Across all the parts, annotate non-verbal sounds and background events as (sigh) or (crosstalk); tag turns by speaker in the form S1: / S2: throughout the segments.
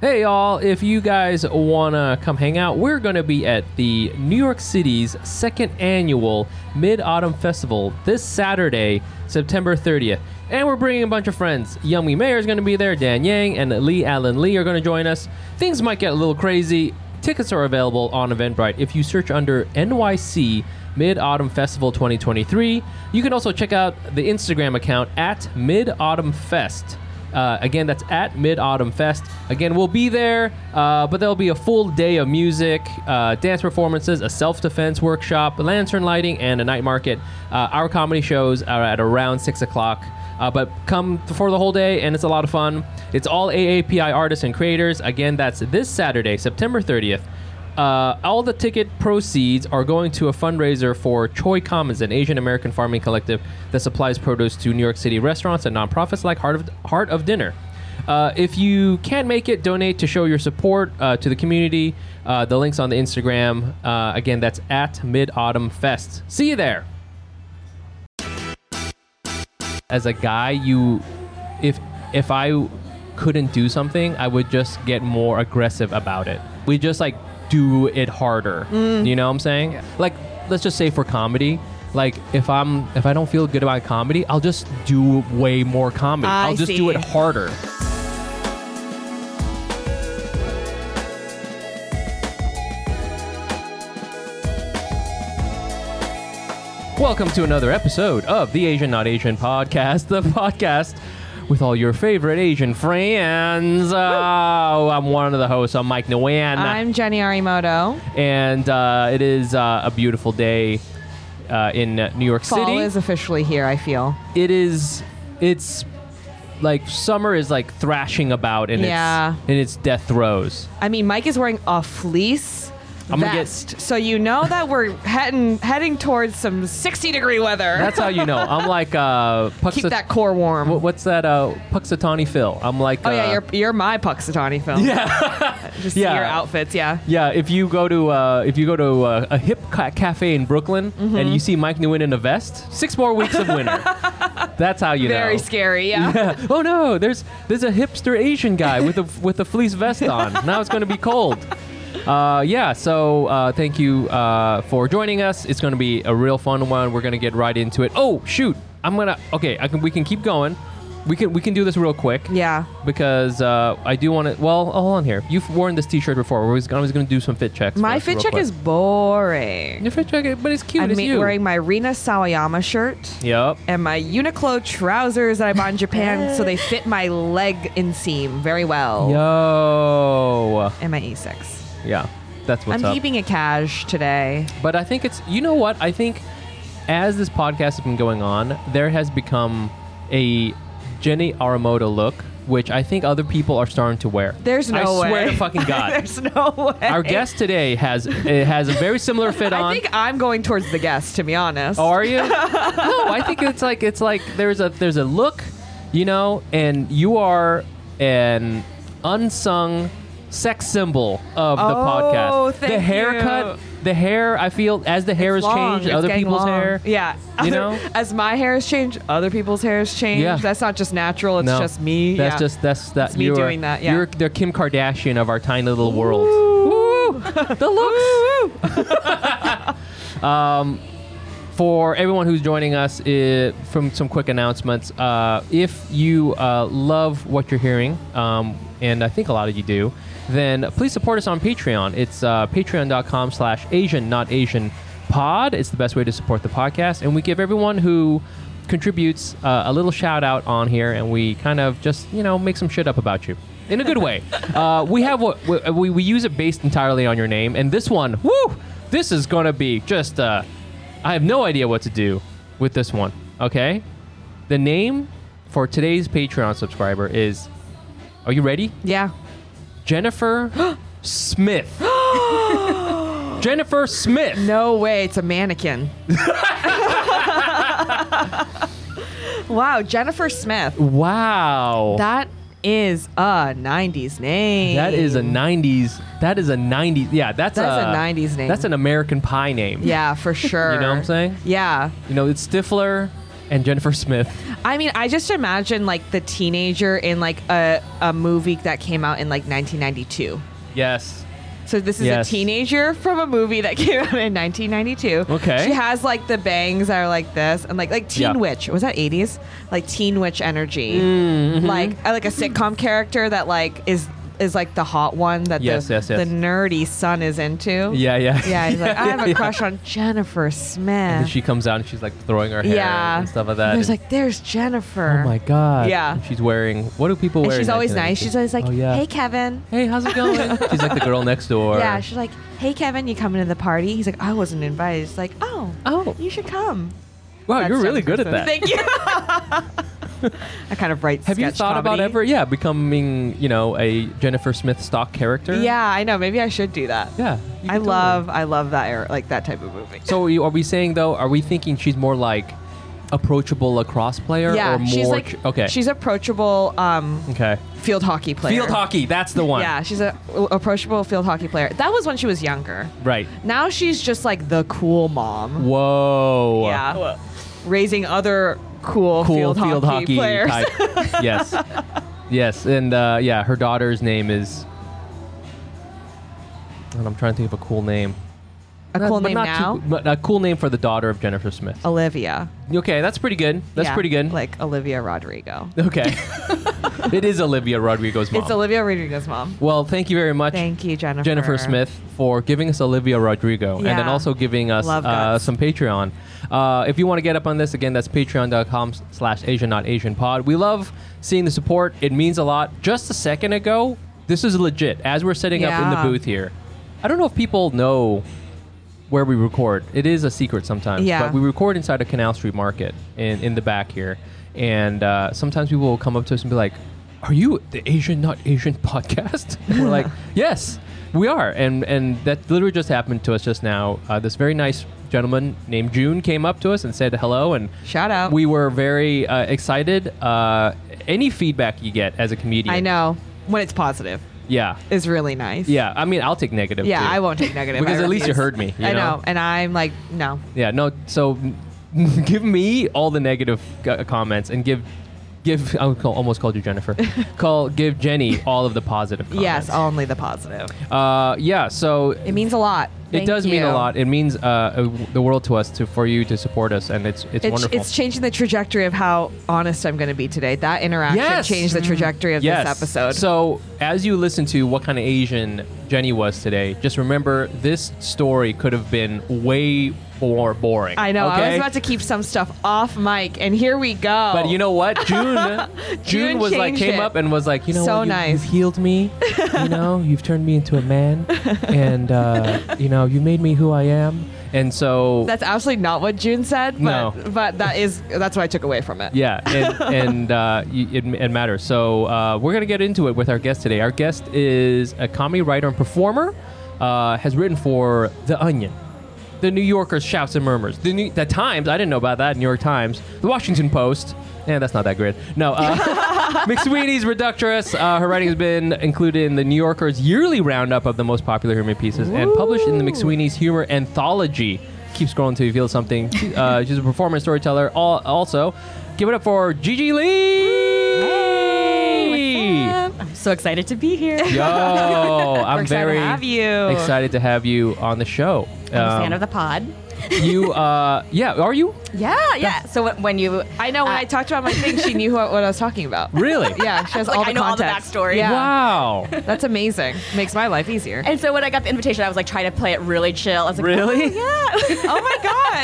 S1: Hey, y'all, if you guys want to come hang out, we're going to be at the New York City's second annual Mid Autumn Festival this Saturday, September 30th. And we're bringing a bunch of friends. Yummy Mayer is going to be there, Dan Yang and Lee Allen Lee are going to join us. Things might get a little crazy. Tickets are available on Eventbrite. If you search under NYC Mid Autumn Festival 2023, you can also check out the Instagram account at Mid Autumn Fest. Uh, again, that's at Mid Autumn Fest. Again, we'll be there, uh, but there'll be a full day of music, uh, dance performances, a self defense workshop, lantern lighting, and a night market. Uh, our comedy shows are at around 6 o'clock. Uh, but come for the whole day, and it's a lot of fun. It's all AAPI artists and creators. Again, that's this Saturday, September 30th. Uh, all the ticket proceeds are going to a fundraiser for Choi Commons, an Asian American farming collective that supplies produce to New York City restaurants and nonprofits like Heart of, Heart of Dinner. Uh, if you can make it, donate to show your support uh, to the community. Uh, the link's on the Instagram. Uh, again, that's at Mid Autumn Fest. See you there. As a guy, you, if if I couldn't do something, I would just get more aggressive about it. We just like do it harder.
S2: Mm.
S1: You know what I'm saying? Like, let's just say for comedy. Like if I'm if I don't feel good about comedy, I'll just do way more comedy.
S2: I
S1: will just do
S2: see.
S1: it harder. Welcome to another episode of the Asian Not Asian podcast, the podcast with all your favorite Asian friends. Oh, I'm one of the hosts. I'm Mike Nguyen.
S2: I'm Jenny Arimoto.
S1: and uh, it is uh, a beautiful day uh, in uh, New York
S2: Fall
S1: City.
S2: is officially here, I feel.
S1: it is, it's like summer is like thrashing about in
S2: Yeah.
S1: its in its death throes.
S2: I mean, Mike is wearing a fleece
S1: I'm gonna get-
S2: vest, so you know that we're heading heading towards some 60 degree weather.
S1: That's how you
S2: (laughs)
S1: know. I'm like uh,
S2: Keep
S1: Puxat-
S2: that core warm.
S1: wh- What's that? Uh, Puxatawny Phil. I'm like.
S2: oh
S1: uh,
S2: yeah, you're you're my Puxatawny film. Yeah, (laughs) just
S1: Yeah.
S2: your outfits. Yeah,
S1: Yeah, if you go to uh, if you go to uh, a hip ca- cafe in Brooklyn
S2: Mm-hmm.
S1: and you see Mike Nguyen in a vest, six more weeks of
S2: (laughs)
S1: winter. That's how you
S2: very
S1: know.
S2: scary. Yeah.
S1: Yeah. (laughs) Oh no, there's there's a hipster Asian guy
S2: (laughs)
S1: with a with a fleece vest on. Now it's going to be cold. Uh, yeah, so uh, thank you uh, for joining us. It's going to be a real fun one. We're going to get right into it. Oh shoot, I'm gonna okay. I can we can keep going. We can we can do this real quick
S2: yeah.
S1: because uh, I do want to. Well, oh, hold on here. You've worn this T-shirt before. We're just, I was going to do some fit checks.
S2: My
S1: first
S2: fit
S1: real
S2: check
S1: quick.
S2: is boring.
S1: your fit check, is- but it's cute.
S2: I'm
S1: it's
S2: ma-
S1: you.
S2: wearing my Rina Sawayama shirt.
S1: Yep.
S2: and my Uniqlo trousers that I bought in Japan,
S1: (laughs)
S2: so they fit my leg inseam very well.
S1: Yo.
S2: And my Asics.
S1: Yeah, that's what's
S2: I'm
S1: up.
S2: keeping it cash today.
S1: But I think it's. You know what? I think as this podcast has been going on, there has become a Jenny Aramoto look, which I think other people are starting to wear.
S2: There's no
S1: I
S2: way.
S1: swear to
S2: (laughs)
S1: fucking God.
S2: There's no way.
S1: Our guest today has it has a very similar fit on. Oh,
S2: I think I'm going towards the guest, to be honest.
S1: Are
S2: (laughs)
S1: you? no, I think it's like it's like there's a there's a look, you know, and you are an unsung sex symbol of the
S2: Oh,
S1: podcast. the
S2: thank
S1: haircut,
S2: you.
S1: the hair. I feel as the hair
S2: It's
S1: has
S2: long.
S1: changed,
S2: It's
S1: other
S2: getting
S1: people's
S2: long.
S1: hair.
S2: Yeah.
S1: You
S2: (laughs) Other-
S1: know?
S2: As my hair has changed, other people's hair has changed.
S1: Yeah.
S2: That's not just natural, it's
S1: No,
S2: just me.
S1: That's
S2: Yeah.
S1: just that's that.
S2: It's me
S1: you're,
S2: doing that, yeah.
S1: You're the Kim Kardashian of our tiny little world. (laughs)
S2: Woo.
S1: The looks. for everyone who's joining us uh, from some quick announcements uh, if you uh, love what you're hearing um, and i think a lot of you do then please support us on patreon it's uh, patreon.com slash asian not asian pod it's the best way to support the podcast and we give everyone who contributes uh, a little shout out on here and we kind of just you know make some shit up about you in a good way uh, we have what we- we, we use it based entirely on your name and this one woo this is gonna be just uh, I have no idea what to do with this one. Okay, the name for today's Patreon subscriber is. Are you ready?
S2: Yeah. (gasps)
S1: Jennifer Smith. Jennifer Smith.
S2: No way, it's
S1: (laughs)
S2: a mannequin. wow, Jennifer Smith.
S1: Wow.
S2: That is a 90s name.
S1: that is a '90s. That is a '90s. Yeah, that's,
S2: That's
S1: a,
S2: a 90s name.
S1: That's an American Pie name. (laughs)
S2: Yeah, for sure.
S1: You know what I'm saying?
S2: Yeah.
S1: You know, it's Stifler. and Jennifer Smith.
S2: I mean, I just imagine like the teenager in like a, a movie that came out in like 1992.
S1: Yes.
S2: So this is
S1: Yes.
S2: a teenager from a movie that (laughs) came out in 1992.
S1: Okay.
S2: She has like the bangs that are like this and like like Teen
S1: Yeah.
S2: Witch. Was that 80s? Like Teen Witch energy.
S1: Mm-hmm.
S2: Like uh, like a sitcom character that like is is like the hot one that
S1: Yes,
S2: the,
S1: yes, yes.
S2: the nerdy son is into.
S1: Yeah, yeah.
S2: Yeah, he's like, I have
S1: (laughs)
S2: a
S1: yeah.
S2: crush on Jennifer
S1: And
S2: Smith.
S1: she comes out and she's like throwing her hair
S2: yeah.
S1: and stuff like
S2: (laughs)
S1: that.
S2: There's
S1: And-
S2: like, there's Jennifer.
S1: oh my god.
S2: Yeah.
S1: And she's wearing. What do people
S2: And
S1: wear?
S2: she's
S1: in
S2: always nice.
S1: 1992?
S2: She's always like,
S1: Oh, yeah.
S2: hey, Kevin.
S1: Hey, how's it
S2: (laughs)
S1: going? she's like the girl next door.
S2: Yeah, she's like, "Hey, Kevin, you coming to the party?" He's like, "I wasn't invited." She's like, "Oh,
S1: Oh.
S2: you should come."
S1: wow,
S2: That's
S1: Oh, you're really good at that.
S2: Jennifer Smith. Thank you. (laughs) I kind of write.
S1: Have you
S2: sketch
S1: thought about
S2: comedy.
S1: ever, yeah, becoming, you know, a Jennifer Smith stock character?
S2: Yeah, I know. Maybe I should do that.
S1: Yeah. you can
S2: I
S1: totally.
S2: love, I love that era, like that type of movie.
S1: So are you- are we saying though? Are we thinking she's more like approachable lacrosse player,
S2: yeah,
S1: or more?
S2: she's like,
S1: ch- okay,
S2: she's approachable. Um,
S1: okay.
S2: field hockey player.
S1: Field hockey, that's the one.
S2: Yeah, she's a approachable field hockey player. That was when she was younger.
S1: Right.
S2: Now she's just like the cool mom.
S1: Whoa.
S2: Yeah. Raising other cool,
S1: Cool
S2: field, hockey, players.
S1: type. yes. Yes, and uh, yeah, her daughter's name is. And I'm trying to think of a cool name.
S2: (laughs) A
S1: Not-
S2: cool
S1: but
S2: name
S1: not too-
S2: now?
S1: but a cool name for the daughter of Jennifer Smith.
S2: Olivia.
S1: Okay, that's pretty good. That's
S2: Yeah,
S1: pretty good.
S2: Like Olivia Rodrigo.
S1: (laughs) Okay. it is Olivia Rodrigo's mom.
S2: It's Olivia Rodrigo's mom.
S1: well, thank you very much,
S2: Thank you, Jennifer.
S1: Jennifer Smith, for giving us Olivia Rodrigo and then
S2: Yeah.
S1: also giving us
S2: Love
S1: uh,
S2: guts.
S1: some Patreon. Uh, if you want to get up on this, again, that's patreon.com slash Asian Not Asian Pod. We love seeing the support. It means a lot. Just a second ago, this is legit. As we're setting up
S2: Yeah.
S1: in the booth here, I don't know if people know where we record. It is a secret sometimes.
S2: Yeah.
S1: But we record inside a Canal Street Market in, in the back here. And uh, sometimes people will come up to us and be like, Are you the Asian Not Asian podcast? (laughs) And we're like,
S2: (laughs)
S1: Yes, we are. And, and that literally just happened to us just now. Uh, this very nice gentleman named June came up to us and said hello. And
S2: Shout out.
S1: we were very uh, excited. Uh, any feedback you get as a comedian.
S2: I know. When it's positive
S1: Yeah.
S2: is really nice.
S1: Yeah. I mean, I'll take negative.
S2: Yeah,
S1: too.
S2: I won't take negative.
S1: Because
S2: I
S1: at least you
S2: refuse.
S1: heard me, you
S2: I
S1: know?
S2: know. And I'm like, no.
S1: Yeah, no. So (laughs) give me all the negative g- uh, comments and give give I would call, almost called you
S2: (laughs)
S1: Jennifer. call give Jenny all of the positive comments.
S2: Yes, only the positive.
S1: Uh, yeah. So
S2: It means a lot.
S1: it
S2: Thank
S1: does mean a
S2: you.
S1: lot. It means uh, uh, the world to us to for you to support us, and it's it's,
S2: It's,
S1: wonderful.
S2: it's changing the trajectory of how honest I'm going to be today. That interaction
S1: Yes.
S2: changed the trajectory of
S1: yes.
S2: this episode.
S1: So as you listen to what kind of Asian Jenny was today, just remember this story could have been way more boring.
S2: I know. I
S1: okay?
S2: was about to keep some stuff off mic, and here we go.
S1: But you know what,
S2: (laughs)
S1: June, June,
S2: Oh. June
S1: was like
S2: changed
S1: came
S2: it.
S1: up and was like, you know,
S2: So
S1: what, you, you've
S2: nice.
S1: healed me. You
S2: (laughs)
S1: know, you've turned me into a man, and uh, you know, you made me who I am. And so,
S2: that's absolutely not what June said. But,
S1: No.
S2: but that is that's what I took away from it.
S1: yeah, and, and uh, y- it, it matters. So uh, we're gonna get into it with our guest today. Our guest is a comedy writer and performer. Uh, has written for The Onion. The New Yorker's shouts and murmurs. The, New, the Times, I didn't know about that. New York Times, The Washington Post. Eh, that's not that great. No, uh,
S2: (laughs)
S1: McSweeney's Reductress. Uh, her writing has been included in the New Yorker's yearly roundup of the most popular humor pieces and published in the McSweeney's Humor Anthology. Keep scrolling until you feel
S3: (laughs)
S1: something. Uh, she's a performer and storyteller. Al- also, give it up for Gigi Lee.
S3: I'm so excited to be here.
S1: Yo,
S3: (laughs)
S1: I'm
S3: excited to
S1: very
S3: have you.
S1: excited to have you on the show.
S3: I'm a
S1: Um,
S3: fan of the pod.
S1: you uh yeah are you
S3: Yeah, yeah. So when- when you,
S2: I know when
S3: Uh,
S2: I talked
S3: (laughs)
S2: about my thing, she knew what, what I was talking about.
S1: really
S2: Yeah, she has
S3: Like,
S2: all the
S3: I know all the
S2: context.
S3: backstory.
S2: Yeah,
S1: wow
S2: that's amazing. Makes my life easier.
S3: and so when I got the invitation, I was like trying to play it really chill. I was like,
S1: Really?
S3: Oh, yeah.
S2: oh my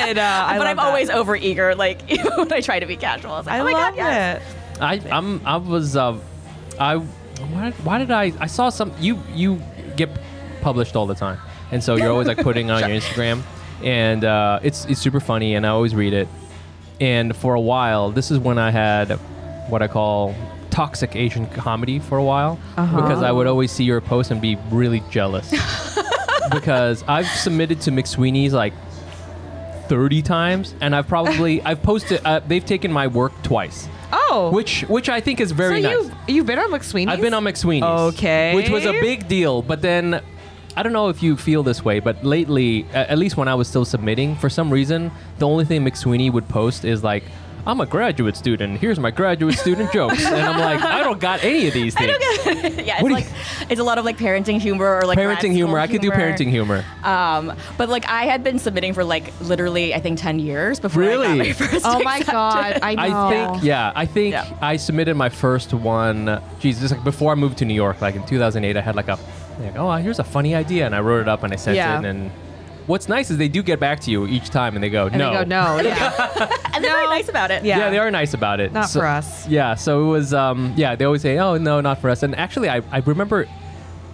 S2: god! Uh, (laughs) I
S3: but
S2: love
S3: I'm
S2: that.
S3: always over eager. Like (laughs) even when I try to be casual, I was like,
S2: I
S3: oh my
S2: love
S3: god, yes.
S2: it.
S1: i i'm i was uh i why, why did i i saw some you you get published all the time and so you're always like putting on your instagram and uh it's it's super funny and i always read it and for a while this is when i had what i call toxic asian comedy for a while
S2: Uh-huh.
S1: because i would always see your post and be really jealous because i've submitted to mcsweeney's like 30 times and i've probably i've posted uh, they've taken my work twice
S2: Oh,
S1: which which I think is very
S2: so
S1: nice.
S2: you you've been on McSweeney's?
S1: I've been on McSweeney's,
S2: Okay.
S1: which was a big deal. But then, I don't know if you feel this way, but lately, a- at least when I was still submitting, for some reason, the only thing McSweeney would post is like I'm a graduate student. Here's my graduate student jokes. And I'm like, I don't got any of these things.
S3: (laughs)
S1: What
S3: yeah, it's
S1: do you-
S3: like it's a lot of like parenting humor or like grad
S1: parenting humor.
S3: school
S1: I could do parenting humor.
S3: Um, but like I had been submitting for like literally I think ten years before I got
S1: Really?
S3: my (laughs) first.
S2: Oh my
S3: accept-
S2: god, I know.
S1: I think yeah, I think
S3: Yeah.
S1: I submitted my first one. Geez, this is like before I moved to New York, like in 2008, I had like a like, oh here's a funny idea, and I wrote it up and I sent
S2: Yeah.
S1: it. And what's nice is they do get back to you each time, and they go
S2: And
S1: no,
S2: they go, no, yeah.
S3: And they're very nice about it.
S2: Yeah.
S1: Yeah. they are nice about it.
S2: Not
S1: So-
S2: for us.
S1: Yeah, so it was. Um, yeah, they always say, "Oh no, not for us." And actually, I, I remember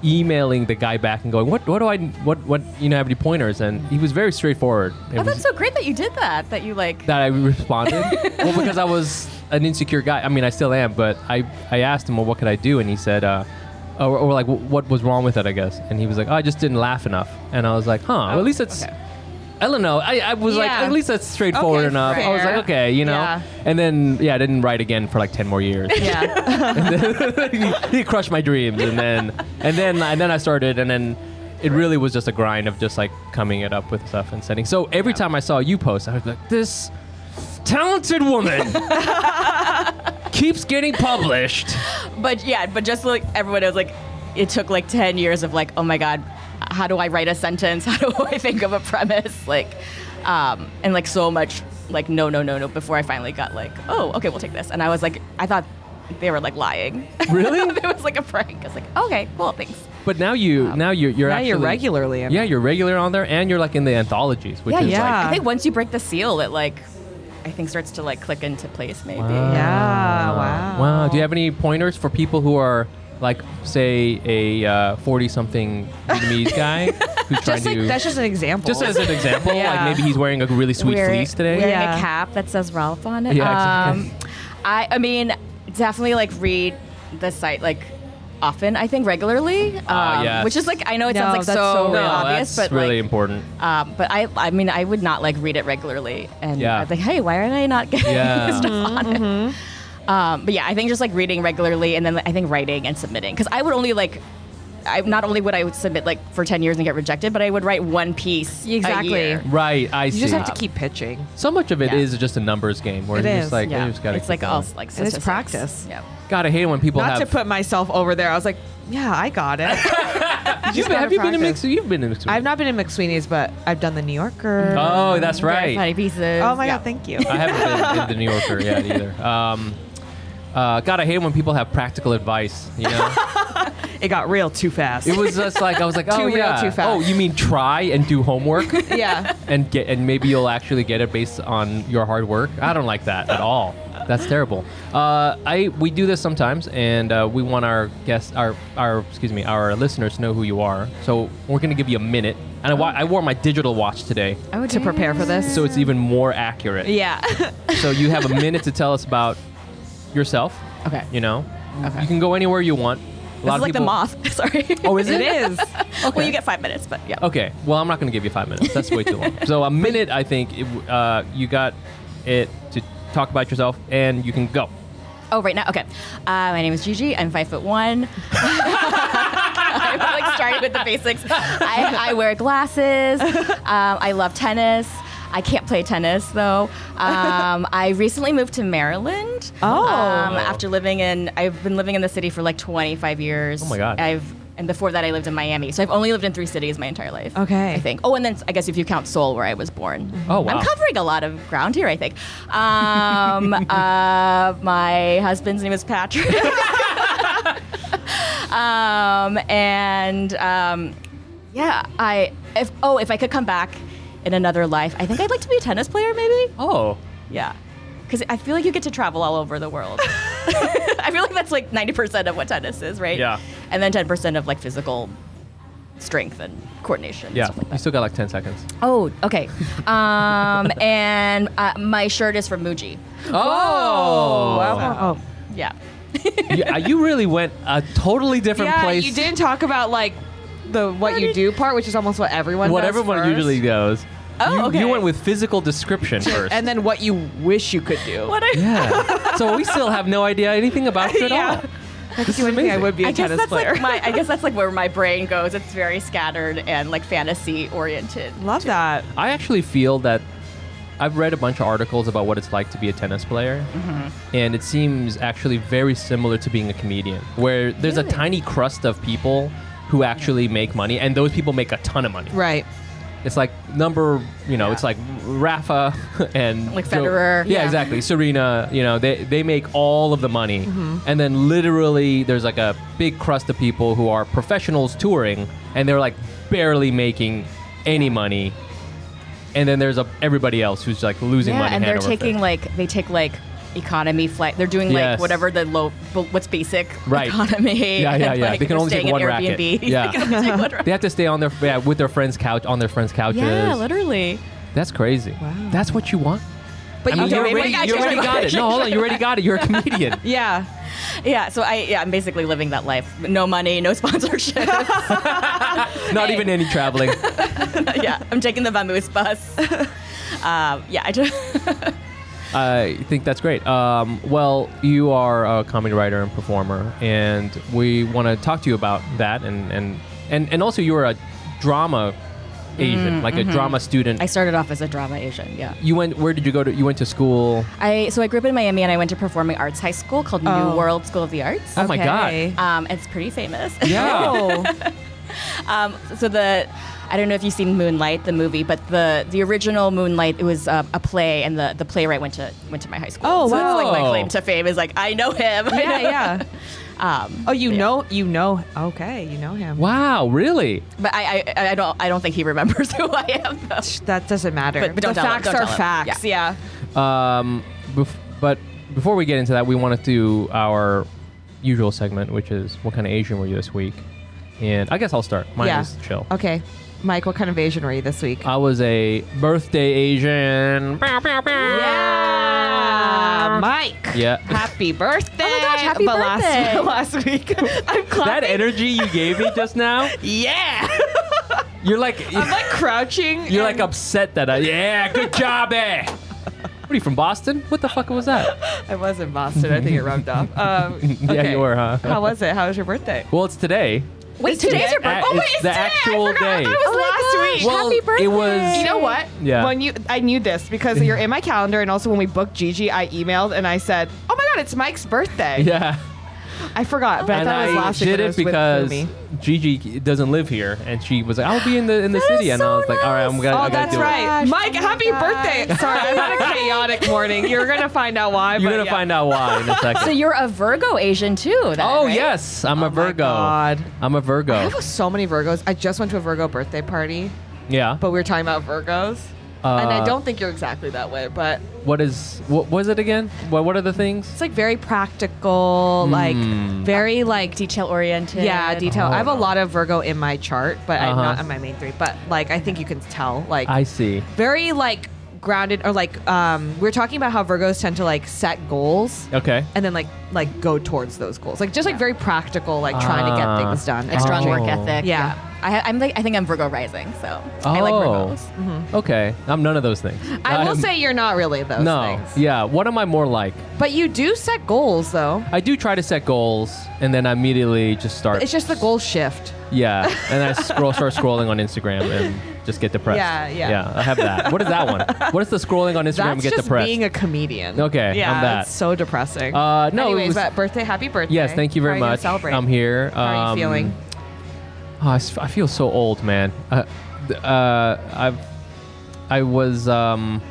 S1: emailing the guy back and going, "What what do I what what you know have any pointers?" And he was very straightforward. It
S3: Oh,
S1: was-
S3: that's so great that you did that. That you like.
S1: that I
S2: (laughs)
S1: responded. well, because I was an insecure guy. I mean, I still am, but I, I asked him, well, what could I do? And he said, uh, or, or like, "Wh- what was wrong with it, I guess. And he was like, oh, I just didn't laugh enough. And I was like, huh, well, at least it's.
S3: okay.
S1: I don't know. I, I was like,
S2: Oh, Yeah.
S1: at least that's straightforward
S2: Okay,
S1: enough. I was
S2: fair.
S1: like, okay, you know.
S2: Yeah.
S1: And then, yeah, I didn't write again for like ten more years.
S2: yeah.
S1: he, (laughs) he crushed my dreams, and then, and then, and then I started, and then it really was just a grind of just like coming it up with stuff and sending. So every time I saw you post, I was like, this talented
S2: (laughs)
S1: woman keeps getting published.
S3: But yeah, but just like everyone was like, it took like ten years of like, oh my god, how do I write a sentence? (laughs) How do I think of a premise? Like, um, and like so much like no no no no before I finally got like, oh okay, we'll take this. And I was like, I thought they were like lying. (laughs)
S1: Really?
S3: it was like a prank. I was like, okay, cool, thanks.
S1: But now you, now you're, you're
S2: Now
S1: actually,
S2: you're regularly in
S1: Yeah,
S2: it.
S1: you're regular on there, and you're like in the anthologies, which
S3: yeah,
S1: is
S2: yeah.
S1: like.
S3: I think once you break the seal, it like, I think starts to like click into place maybe.
S2: Yeah, wow.
S1: uh, Wow. Do you have any pointers for people who are like, say, a uh, forty-something Vietnamese
S2: (laughs)
S1: guy who's trying
S2: Just like
S1: to?
S2: that's just an example.
S1: Just as an example,
S2: Yeah.
S1: like maybe he's wearing a really sweet
S3: Wear-
S1: fleece today.
S3: Wearing
S2: Yeah.
S3: a cap that says Ralph on it.
S1: Yeah, exactly.
S3: Um, I, I mean, definitely like read the site like often. I think regularly, um,
S1: yes.
S3: which is like I know it
S2: No,
S3: sounds like
S2: that's
S3: so,
S2: so
S1: Uh, No,
S2: real.
S3: obvious,
S1: Oh, that's
S3: but
S1: really
S3: like,
S1: important.
S3: um, but I, I mean, I would not like read it regularly, and
S1: Yeah.
S3: I'd be like, hey, why aren't I not getting (laughs)
S1: Yeah.
S3: this stuff on it?
S2: Mm-hmm.
S3: Um, but yeah, I think just like reading regularly, and then like, I think writing and submitting, because I would only like. I, not only would I would submit like for ten years and get rejected, but I would write one piece a
S2: Exactly.
S3: year.
S1: Right, I see.
S2: You just have to keep pitching.
S1: so much of it is
S3: Yeah.
S1: just a numbers game where
S2: It
S1: you're
S2: is,
S1: just like,
S3: Yeah,
S1: you just gotta
S3: it's like
S1: keep
S3: all
S1: going.
S3: like
S2: And it's
S3: statistics.
S2: practice.
S3: Yeah.
S1: Gotta hate when people
S2: Not
S1: have.
S2: to put myself over there. I was like, yeah, I got it.
S1: you've,
S2: gotta
S1: have you been to
S2: practice.
S1: mix? You've been to mix.
S2: (laughs) I've not been in McSweeney's, but I've done the New Yorker.
S1: Oh, that's
S3: Very
S1: right.
S3: funny pieces.
S2: oh my
S3: Yeah.
S2: god, thank you.
S1: I haven't been in
S2: (laughs)
S1: the New Yorker yet either. Um, uh, God, I hate when people have practical advice. You know,
S2: It got real too fast.
S1: it was just like I was like, oh
S2: Too real,
S1: yeah,
S2: too fast.
S1: oh you mean try and do homework
S2: (laughs) (laughs) yeah.
S1: and get and maybe you'll actually get it based on your hard work. I don't like that at all. That's terrible. Uh, I we do this sometimes, and uh, we want our guests, our our excuse me, our listeners to know who you are. So we're gonna give you a minute. And I, wa- I wore my digital watch today,
S2: Oh, to prepare for this.
S1: so it's even more accurate.
S2: yeah.
S1: So you have a minute to tell us about yourself.
S3: Okay.
S1: You know, you can go anywhere you want. A
S3: This is like the moth. (laughs) Sorry.
S1: Oh, is
S2: it
S1: it? (laughs)
S2: is.
S3: Well, you get five minutes, but yeah.
S1: Okay. Well, I'm not going to give you five minutes. That's way too long. So a
S2: (laughs)
S1: minute, I think, it, w- uh, you got it to talk about yourself, and you can go.
S3: Oh, right now. Okay. Uh, my name is Gigi. I'm five foot one. (laughs) I'm like starting with the basics. I, I wear glasses. Um, I love tennis. I can't play tennis though. Um, I recently moved to Maryland.
S2: Oh.
S3: Um, after living in, I've been living in the city for like 25 years.
S1: Oh my God.
S3: I've and before that I lived in Miami. So I've only lived in three cities my entire life.
S2: Okay.
S3: I think. Oh, and then I guess if you count Seoul, where I was born.
S1: Oh, wow.
S3: I'm covering a lot of ground here, I think.
S1: (laughs)
S3: Um, uh, my husband's name is Patrick. (laughs) um, and um, yeah, I if oh if I could come back in another life, I think I'd like to be a tennis player, maybe.
S1: Oh.
S3: Yeah, because I feel like you get to travel all over
S1: (laughs)
S3: the world. (laughs) I feel like that's like ninety percent of what tennis is, right?
S1: Yeah.
S3: and then ten percent of like physical strength and coordination. and
S1: Yeah.
S3: stuff like that.
S1: you still got like 10 seconds.
S3: Oh, okay. (laughs) Um, and uh, my shirt is from Muji.
S1: Oh.
S2: Wow.
S3: Yeah.
S1: You, uh, you really went a totally different
S2: Yeah,
S1: place.
S2: you didn't talk about like the what you do part, which is almost what everyone
S1: What
S2: does
S1: everyone
S2: first.
S1: usually goes.
S3: Oh,
S1: you,
S3: okay.
S1: you went with physical
S2: (laughs)
S1: description first.
S2: and then what you wish you could do. (laughs)
S3: What I,
S1: yeah. So we still have no idea anything about you at
S2: Yeah.
S1: all.
S2: That's the only thing I
S1: amazing.
S2: would be a
S3: I guess
S2: tennis
S3: that's
S2: player.
S3: like my I guess that's like where my brain goes. It's very scattered and like fantasy oriented.
S2: Love that.
S1: I actually feel that I've read a bunch of articles about what it's like to be a tennis player, and it seems actually very similar to being a comedian, where there's a
S3: Really?
S1: tiny crust of people who actually make money, and those people make a ton of money.
S2: Right.
S1: It's like number, you know,
S3: Yeah.
S1: it's like Rafa (laughs) and
S3: Like
S1: Jo-
S3: Federer.
S1: Yeah,
S3: Yeah.
S1: exactly. Serena, you know, they they make all of the money,
S3: Mm-hmm.
S1: and then literally there's like a big crust of people who are professionals touring, and they're like barely making any money, and then there's a, everybody else who's like losing
S3: yeah,
S1: money. hand
S3: and they're
S1: over fist.
S3: taking like they take like economy flight. They're doing
S1: Yes.
S3: like whatever the low, bu- what's basic
S1: Right.
S3: economy.
S1: Yeah,
S3: (laughs)
S1: yeah,
S3: and,
S1: yeah.
S3: Like,
S1: They can
S3: they're
S1: only take
S3: staying in
S1: one racket.
S3: Airbnb.
S1: Yeah.
S3: (laughs) they can only
S1: (laughs)
S3: take one
S1: They
S3: racket.
S1: have to stay on their yeah, with their friend's couch on their friend's couches.
S3: Yeah, literally.
S1: That's crazy.
S2: Wow.
S1: That's what you want.
S2: But
S1: I
S2: you
S1: mean, you
S2: don't
S3: wait,
S1: already,
S2: really.
S3: wait, I
S1: you
S2: (laughs)
S3: changed (laughs)
S1: already
S3: my
S1: got
S3: mind.
S1: it. No, hold on. You already got it. You're a comedian.
S3: (laughs)
S2: Yeah.
S3: Yeah, so I yeah, I'm basically living that life. No money, no (laughs) sponsorship.
S1: Not
S3: Hey.
S1: even any traveling.
S3: yeah, I'm taking the Vamoose (laughs) bus. Um, yeah, I just
S1: I think that's great. Um, well, you are a comedy writer and performer, and we want to talk to you about that. And and and, and also, you are a drama agent, like a drama student.
S3: I started off as a drama Asian. Yeah.
S1: you went. Where did you go to? You went to school.
S3: I so I grew up in Miami and I went to performing arts high school called
S2: Oh. Uh.
S3: New World School of the Arts.
S1: Oh my
S2: Okay.
S3: Um, it's pretty famous.
S1: Yeah.
S2: Oh.
S3: Um, (laughs) so the I don't know if you've seen Moonlight, the movie, but the the original Moonlight it was uh, a play, and the, the playwright went to went to my high school.
S2: Oh,
S3: so it's like my
S1: wow.
S3: claim to fame is like I know him. (laughs) I
S2: yeah,
S3: know-
S2: yeah.
S3: Um,
S2: Oh, you
S3: yeah.
S2: know, you know. Okay, you know
S1: (laughs)
S2: him.
S1: wow. Really?
S3: but I, I I don't I don't think he remembers (laughs) who I am. Though.
S2: That doesn't matter.
S3: But- but don't
S2: the
S3: tell him,
S2: facts
S3: don't
S2: are
S3: tell him.
S2: facts. Yeah.
S1: Um, bef- but before we get into that, we want to do our usual segment, which is what kind of Asian were you this week? And I guess I'll start. Mine
S2: Yeah.
S1: is chill. Uh,
S2: Okay, Mike, what kind of Asian were you this week?
S1: I was a birthday Asian.
S2: yeah, Mike.
S1: Yeah. (laughs)
S2: Happy birthday!
S3: Oh my gosh, happy
S2: But (laughs)
S3: birthday.
S2: Last, last week, I'm
S1: That
S2: clapping.
S1: energy you gave me just now,
S2: yeah, (laughs)
S1: you're like
S2: I'm like crouching.
S1: you're like
S2: and-
S1: upset that I yeah, good job, eh? What are you from Boston? What the fuck was
S2: (laughs)
S1: that?
S2: I was in Boston. I think it rubbed off. Um,
S1: (laughs) Yeah,
S2: okay.
S1: you were, huh?
S2: How was it? How was your birthday?
S1: Well, it's today.
S3: Wait, today's your
S1: Uh,
S3: birthday. Oh wait,
S1: it's
S3: it's
S1: the
S3: today. I
S1: actual
S3: forgot.
S1: day.
S3: I thought it was
S2: Oh my
S3: last
S2: gosh.
S3: week.
S1: Well,
S3: Happy birthday.
S1: it was-
S2: You know what?
S1: Yeah.
S2: When you, I knew this because you're in my calendar, and also when we booked Gigi, I emailed and I said, "Oh my God, it's Mike's birthday."
S1: Yeah,
S2: I forgot, but
S1: and
S2: I thought it was
S1: I
S2: last week
S1: did
S2: when
S1: it
S2: was with
S1: because
S2: Fumi.
S1: Gigi doesn't live here, and she was like, "I'll be in the in the
S3: That
S1: city,"
S3: is
S1: and I
S3: so
S1: was like, "All right, I'm gonna."
S2: Oh,
S1: I gotta
S2: that's
S1: do it."
S2: right.
S3: gosh.
S2: Mike,
S3: Oh my
S2: happy
S3: gosh.
S2: birthday. (laughs) Sorry, I had a chaotic morning. You're going to find out why.
S1: You're gonna find out why in
S2: (laughs)
S1: a second.
S3: So you're a Virgo Asian too. Then,
S1: oh
S3: right?
S1: yes, I'm a
S2: my
S1: Virgo.
S2: God.
S1: I'm a
S2: I
S1: Virgo.
S2: have so many Virgos. I just went to a Virgo birthday party,
S1: yeah.
S2: but we were talking about Virgos. and
S1: Uh,
S2: I don't think you're exactly that way, but
S1: What is what was it again? What what are the things?
S2: it's like very practical,
S1: hmm.
S2: like very like
S3: Detail oriented.
S2: Yeah, detail. I have a
S1: Oh.
S2: lot of Virgo in my chart, but I'm
S1: Uh-huh.
S2: not on my main three. But like, I think you can tell. Like,
S1: I see.
S2: very like grounded or like um, we we're talking about how Virgos tend to like set goals
S1: Okay.
S2: and then like like go towards those goals. Like just like very practical, like trying to
S1: Ah.
S2: get things done.
S3: Like strong
S1: Oh.
S3: work ethic.
S2: Yeah.
S3: I, I'm like I think I'm Virgo rising, so I
S1: Oh.
S3: like Virgos.
S1: Okay. I'm none of those things.
S2: Mm-hmm. I will
S1: I'm-
S2: say you're not really those
S1: No.
S2: things,
S1: Yeah. What am I more like?
S2: but you do set goals though.
S1: I do try to set goals and then I immediately just start.
S2: It's just the goal shift.
S1: Yeah.
S2: (laughs)
S1: And I scroll, start scrolling on Instagram and just get depressed.
S2: Yeah, yeah.
S1: Yeah. I have that. What is that one? What is the scrolling on Instagram and
S2: That's
S1: get
S2: just
S1: depressed?
S2: being a comedian.
S1: Okay,
S2: yeah,
S1: I'm that.
S2: it's so depressing.
S1: Uh, no, it
S2: Anyways,
S1: was-
S2: but birthday, happy birthday.
S1: yes. Thank you very
S2: How are
S1: much.
S2: gonna celebrate?
S1: I'm here.
S2: How are
S1: Um,
S2: you feeling?
S1: Oh, I, s- I feel so old, man. Uh, th- uh, I've, I was. Um,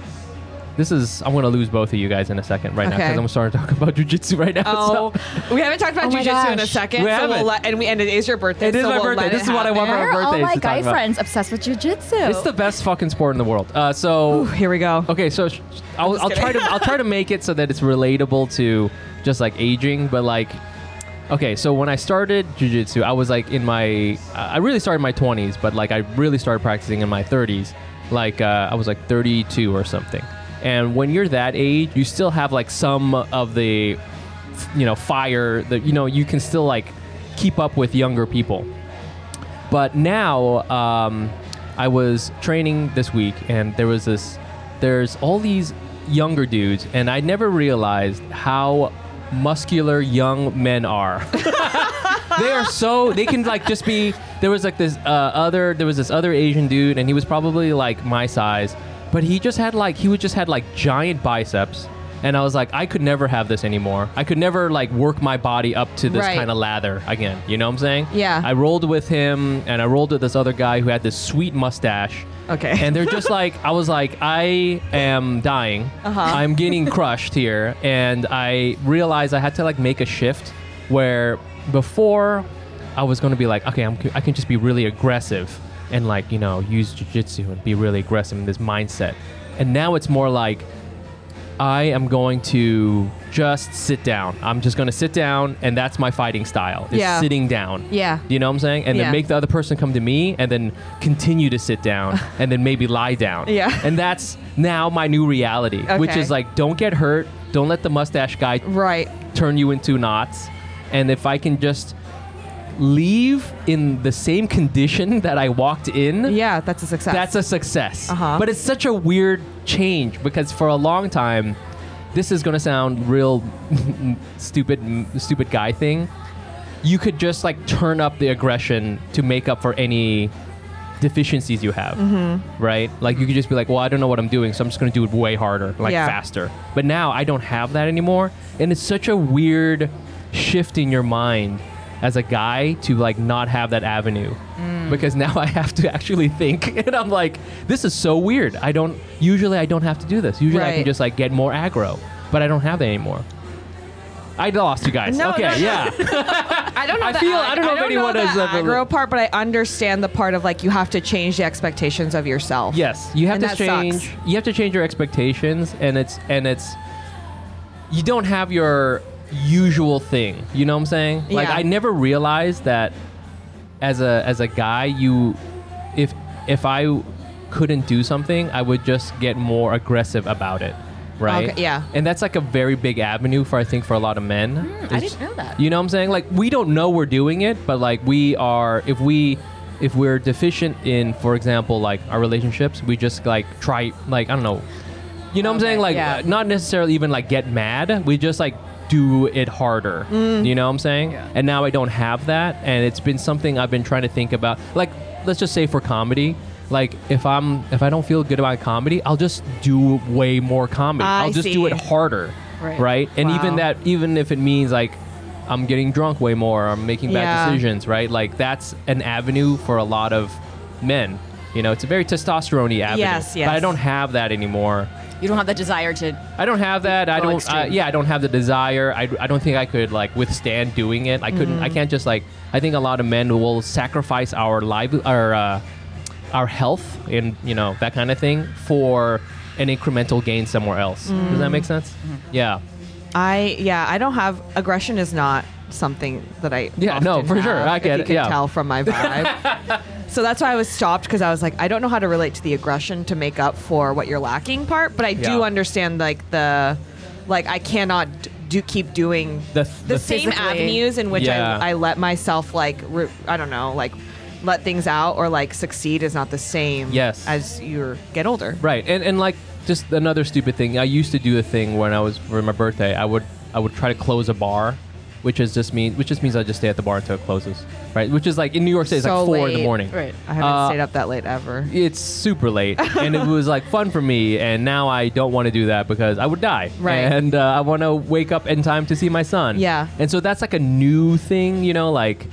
S1: this is. I'm gonna lose both of you guys in a second right now
S2: Okay.
S1: because I'm starting to talk about jujitsu right now.
S2: Oh,
S1: so-
S2: we haven't talked about
S3: Oh my
S2: jujitsu in a
S3: gosh.
S2: second.
S1: We
S2: so
S1: haven't.
S2: We'll let, and we and it is your birthday.
S1: It is
S2: so
S1: my
S2: we'll
S1: birthday.
S2: let
S1: This
S2: it
S1: is what I want
S2: happen.
S1: for
S3: Why are all
S1: birthdays
S3: my
S1: to talk
S3: guy
S1: about?
S3: friends obsessed with jujitsu?
S1: it's the best fucking sport in the world. Uh, so
S2: Here we go.
S1: okay, so sh- I'll,
S2: just
S1: I'll try to
S2: kidding.
S1: I'll try to make it so that it's relatable to just like aging, but like. Okay, so when I started jujitsu, I was like in my, I really started in my 20s, but like I really started practicing in my 30s. Like uh, I was like 32 or something. And when you're that age, you still have like some of the, you know, fire that, you know, you can still like keep up with younger people. But now um, I was training this week, and there was this. There's all these younger dudes, and I never realized how muscular young men are. (laughs) they are so they can like just be. There was like this uh, other. There was this other Asian dude, and he was probably like my size. But he just had like he would just had like giant biceps, and I was like, I could never have this anymore. I could never like work my body up to this
S2: Right.
S1: kind of lather again. You know what I'm saying?
S2: Yeah.
S1: I rolled with him, and I rolled with this other guy who had this sweet mustache.
S2: Okay.
S1: And they're
S2: (laughs)
S1: just like, I was like, I am dying.
S2: Uh-huh.
S1: I'm getting crushed here, and I realized I had to like make a shift where before I was going to be like, okay, I'm, I can just be really aggressive and like you know use jujitsu and be really aggressive in this mindset, and now it's more like I am going to just sit down. I'm just going to sit down, and that's my fighting style. Is
S2: Yeah.
S1: sitting down.
S2: Yeah.
S1: You know what I'm saying? And
S2: Yeah.
S1: then make the other person come to me, and then continue to sit down,
S2: (laughs)
S1: and then maybe lie down.
S2: Yeah.
S1: And that's now my new reality, which
S2: Okay.
S1: is like, don't get hurt. Don't let the mustache guy
S2: Right.
S1: turn you into knots. And if I can just leave in the same condition that I walked in,
S2: Yeah, that's a success.
S1: that's a success.
S2: Uh-huh.
S1: But it's such a weird change because for a long time, this is gonna sound real (laughs) stupid, stupid guy thing. You could just like turn up the aggression to make up for any deficiencies you have,
S2: Mm-hmm.
S1: right? Like you could just be like, well, I don't know what I'm doing, so I'm just gonna do it way harder, like
S2: Yeah.
S1: faster. But now I don't have that anymore, and it's such a weird shift in your mind as a guy to like not have that avenue
S2: Mm.
S1: because now I have to actually think, (laughs) and I'm like, this is so weird. I don't usually I don't have to do this. Usually I can
S2: Right.
S1: just like get more aggro, but I don't have that anymore. I lost you guys.
S2: No,
S1: okay,
S2: no, no.
S1: yeah.
S2: I don't know.
S1: I
S2: the
S1: feel-
S2: ag-
S1: I don't know if anyone
S2: the
S1: has ever-
S2: aggro part, but I understand the part of like you have to change the expectations of yourself.
S1: Yes, you have
S2: And
S1: to
S2: that
S1: change.
S2: sucks.
S1: You have to change your expectations, and it's and it's. You don't have your usual thing. You know what I'm saying? Like
S2: Yeah.
S1: I never realized that as a as a guy, you if if I couldn't do something, I would just get more aggressive about it, right?
S2: Okay, yeah.
S1: And that's like a very big avenue for I think for a lot of men.
S3: Hmm, I
S1: It's-
S3: didn't know that.
S1: you know what I'm saying? Like we don't know we're doing it, but like we are if we if we're deficient in for example like our relationships, we just like try like I don't know. You know what I'm saying?
S3: Okay,
S1: Like
S3: yeah.
S1: uh, not necessarily even like get mad. We just like do it harder. You know what I'm saying?
S3: Mm. Yeah.
S1: And now I don't have that and it's been something I've been trying to think about. Like let's just say for comedy like if I'm if I don't feel good about comedy, I'll just do way more comedy.
S2: I
S1: will just do it
S2: see.
S1: harder,
S3: Right.
S1: right? And
S2: Wow.
S1: even that even if it means like I'm getting drunk way more, I'm making bad
S2: Yeah.
S1: decisions, right? Like that's an avenue for a lot of men. You know, it's a very testosterone avenue.
S2: Yes, yes.
S1: But I don't have that anymore.
S3: You don't have the desire to.
S1: I don't have that.
S2: Oh,
S1: I
S3: Go
S1: don't.
S3: extreme.
S1: Uh, yeah, I don't have the desire. I, I don't think I could like withstand doing it. I couldn't.
S2: Mm-hmm.
S1: I can't just like. I think a lot of men will sacrifice our live our uh, our health and you know that kind of thing for an incremental gain somewhere else. Does
S2: Mm-hmm.
S1: that make sense? Yeah.
S2: I yeah, I don't have aggression is not something that I
S1: Yeah, no,
S2: often
S1: for sure.
S2: have,
S1: I
S2: if
S1: get
S2: you
S1: it,
S2: can
S1: yeah.
S2: tell
S1: (laughs)
S2: from my vibe. so that's why I was stopped because I was like, I don't know how to relate to the aggression to make up for what you're lacking part, but I do
S1: Yeah.
S2: understand like the like I cannot d- do keep doing
S1: The
S2: the
S1: the
S2: same
S3: Physically.
S2: avenues in which
S1: Yeah.
S2: I, I let myself like re- I don't know like let things out or like succeed is not the same
S1: Yes.
S2: as you get older.
S1: Right, and and like just another stupid thing. I used to do a thing when I was for my birthday. I would I would try to close a bar, which is just mean which just means I just stay at the bar until it closes. Right, which is like in New York City, it's like
S2: So
S1: four in
S2: late.
S1: the morning.
S3: Right.
S2: I haven't
S1: Uh,
S2: stayed up that late ever.
S1: It's super late, and it was like fun for me. And now I don't want to do that because I would die.
S2: Right.
S1: and uh, I want to wake up in time to see my son.
S2: Yeah.
S1: and so that's like a new thing, you know. Like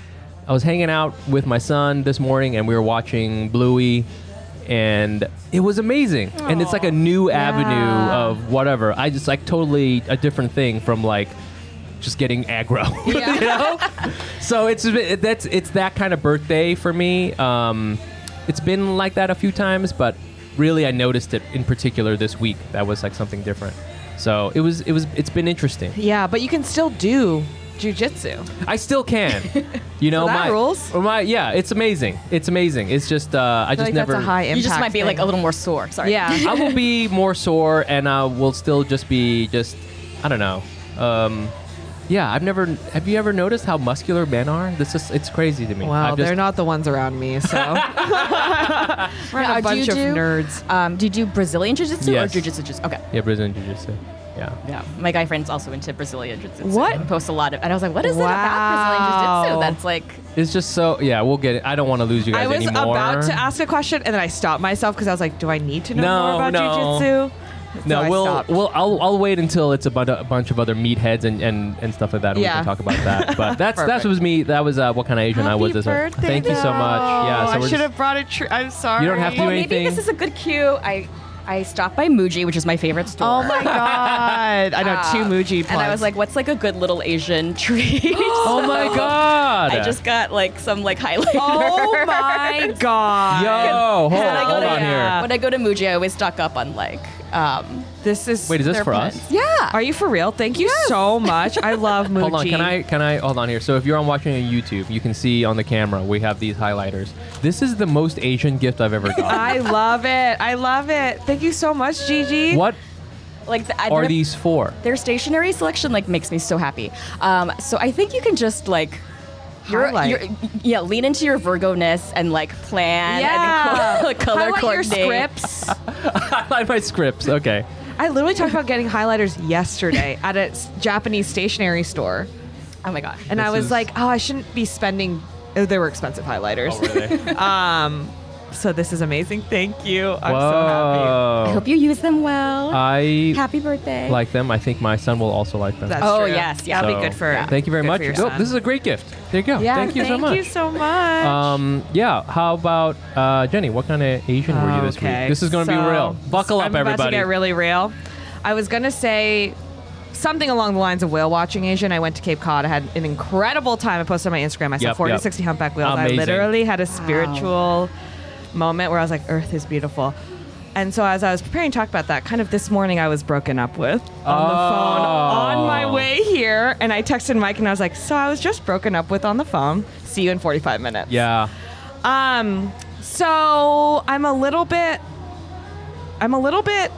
S1: I was hanging out with my son this morning, and we were watching Bluey, and it was amazing. And it's like a new avenue
S2: Yeah.
S1: of whatever. I just like totally a different thing from like just getting aggro. (laughs) you know? so it's it- that's it's that kind of birthday for me. Um, it's been like that a few times, but really I noticed it in particular this week. That was like something different. So it was it was it's been interesting.
S2: Yeah, but you can still do jujitsu.
S1: I still
S2: (laughs)
S1: can. You know
S2: So that
S1: my
S2: rules?
S1: or My, yeah, it's amazing. It's amazing. It's just uh, I,
S2: I feel
S1: just
S2: like
S1: never
S2: that's a high impact.
S3: You just might be like
S2: thing.
S3: a little more sore. Sorry.
S2: Yeah. (laughs)
S1: I will be more sore, and I will still just be just, I don't know. Um, yeah, I've never. Have you ever noticed how muscular men are? This is it's crazy to me.
S2: Oh, Well,
S1: I've just-
S2: they're not the ones around me, (laughs) so I'm
S3: Right.
S2: a bunch of nerds.
S3: Um, do you do Brazilian jiu-jitsu
S1: Yes.
S3: or jiu-jitsu? Just, okay.
S1: Yeah, Brazilian jiu-jitsu. Yeah.
S3: Yeah, my guy friend's also into Brazilian jiu-jitsu.
S2: What?
S3: and Posts a lot of, and I was like, what is it about Brazilian
S2: Wow.
S3: jiu-jitsu? That's like
S1: It's just so yeah. We'll get it. I don't want to lose you guys
S2: I was
S1: anymore.
S2: about to ask a question and then I stopped myself because I was like, do I need to know
S1: No,
S2: more about
S1: no.
S2: jujitsu?
S1: No,
S2: So I
S1: we'll
S2: stopped.
S1: we'll I'll, I'll wait until it's a, bun- a bunch of other meatheads and, and, and stuff like that, and we
S2: Yeah.
S1: can talk about that.
S2: (laughs)
S1: But that's that's
S2: Perfect.
S1: what was me. That was uh, what kind of Asian I
S2: Happy
S1: was. this-
S2: birthday,
S1: Thank you so much. Yeah,
S2: though.
S1: so we're
S2: I should
S1: just-
S2: have brought a tree. I'm sorry.
S1: You don't have to do
S3: Well,
S1: anything.
S3: maybe this is a good cue. I I stopped by Muji, which is my favorite store.
S1: (laughs)
S2: Oh my god! Ah. I know two Muji plugs.
S3: And I was like, what's like a good little Asian (laughs) treat?
S1: oh
S2: (laughs)
S3: (laughs)
S1: my god!
S3: I just got like some like highlighter.
S2: oh (laughs) my god!
S1: yo, hold,
S3: (laughs) When I
S1: on,
S3: go
S1: hold
S3: to-
S1: on
S2: yeah.
S1: here.
S3: When I go to Muji, I always stock up on like um
S2: This is.
S1: Wait, is this
S3: their
S1: for
S3: plans.
S1: us?
S3: Yeah.
S2: Are you for real? Thank you so much. I love
S1: (laughs)
S2: Muji.
S1: Hold on, can I can I hold on here? So if you're on watching on YouTube, you can see on the camera we have these highlighters. This is the most Asian gift I've ever gotten.
S2: I love it. I love it. Thank you so much, Gigi.
S1: what
S3: like the, I-
S1: are
S3: their-
S1: these
S2: (laughs)
S1: for?
S3: Their stationery selection like makes me so happy. Um, so I think you can just like. You're,
S2: Highlight.
S3: you're, yeah, lean into your Virgo-ness and like plan (laughs)
S2: Yeah.
S3: and co- color
S2: Highlight your
S3: coordinate. (laughs)
S2: scripts.
S1: I like my scripts. Okay.
S2: I literally talked about getting highlighters yesterday at a s- Japanese stationery store,
S3: Oh my gosh.
S2: and I
S1: This
S2: was
S1: is-
S2: like, oh, I shouldn't be spending. Oh, they were expensive highlighters.
S1: Oh,
S2: (laughs) So this is amazing. Thank you. I'm so
S3: I hope you use them well.
S1: I
S3: Happy birthday.
S1: Uh, like them. I think my son will also like them.
S2: happy. That's
S3: Oh,
S2: true.
S3: yes, yeah.
S2: That'll
S1: So,
S2: be good for.
S1: Thank you very
S2: good
S1: much.
S2: For your
S1: Oh,
S2: son.
S1: this is a great gift. There you go.
S2: yeah,
S1: thank you so much.
S2: Thank you so much.
S1: um, yeah. How about uh, Jenny? What kind of Asian were you this week? This is going to be
S2: so-
S1: real. Buckle up,
S2: I'm
S1: everybody.
S2: About to get really real. I was gonna say something along the lines of whale watching Asian. I went to Cape Cod. I had an incredible time. I posted on my Instagram. I saw
S1: Yep,
S2: 40
S1: yep.
S2: 60 humpback whales.
S1: Amazing.
S2: I literally had a spiritual moment where I was like, Earth is beautiful. And so as I was preparing to talk about that, kind of this morning I was broken up with on the phone
S1: Oh.
S2: on my way here. And I texted Mike and I was like, so I was just broken up with on the phone. See you in 45 minutes.
S1: yeah.
S2: Um, so I'm a little bit, I'm a little bit,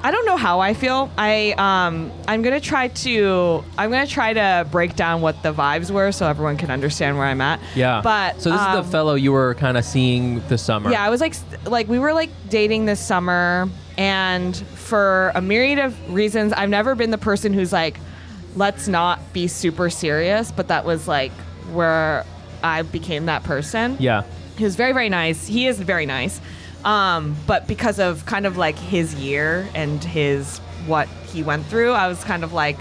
S2: I don't know how I feel. I, um, I'm going to try to, I'm going to try to break down what the vibes were so everyone can understand where I'm at.
S1: Yeah.
S2: But,
S1: so this is
S2: um,
S1: the fellow you were kind of seeing this summer.
S2: yeah, I was like, like we were like dating this summer, and for a myriad of reasons, I've never been the person who's like, let's not be super serious. But that was like where I became that person.
S1: Yeah.
S2: He was very, very nice. He is very nice. Um, but because of kind of like his year and his what he went through, I was kind of like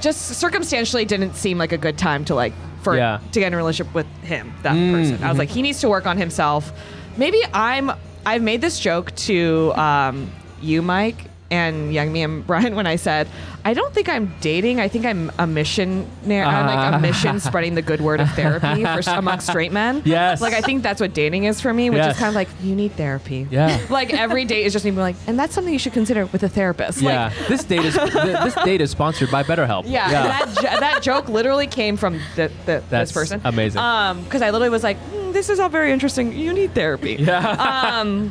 S2: just circumstantially didn't seem like a good time to like for
S1: Yeah. Mm, mm-hmm.
S2: to get in a relationship with him, that person. I was like, he needs to work on himself. Maybe I'm I've made this joke to um, you, Mike, and Young Me and (laughs) Brian when I said, I don't think I'm dating. I think I'm a missionary. I'm like
S1: Ah.
S2: a mission spreading the good word of
S1: (laughs)
S2: therapy for amongst straight men.
S1: Yes.
S2: Like I think that's what dating is for me, which
S1: Yes.
S2: is kind of like you need therapy.
S1: Yeah.
S2: (laughs) Like every date is just me being like, and that's something you should consider with a therapist.
S1: Yeah.
S2: Like,
S1: this date
S2: (laughs)
S1: is th- this date is sponsored by BetterHelp.
S2: yeah, That, jo- that joke literally came from the, the,
S1: That's
S2: this person.
S1: amazing.
S2: Um, because I literally was like, "Hmm, this is all very interesting. You need therapy.
S1: (laughs)
S2: Um,
S1: Yeah.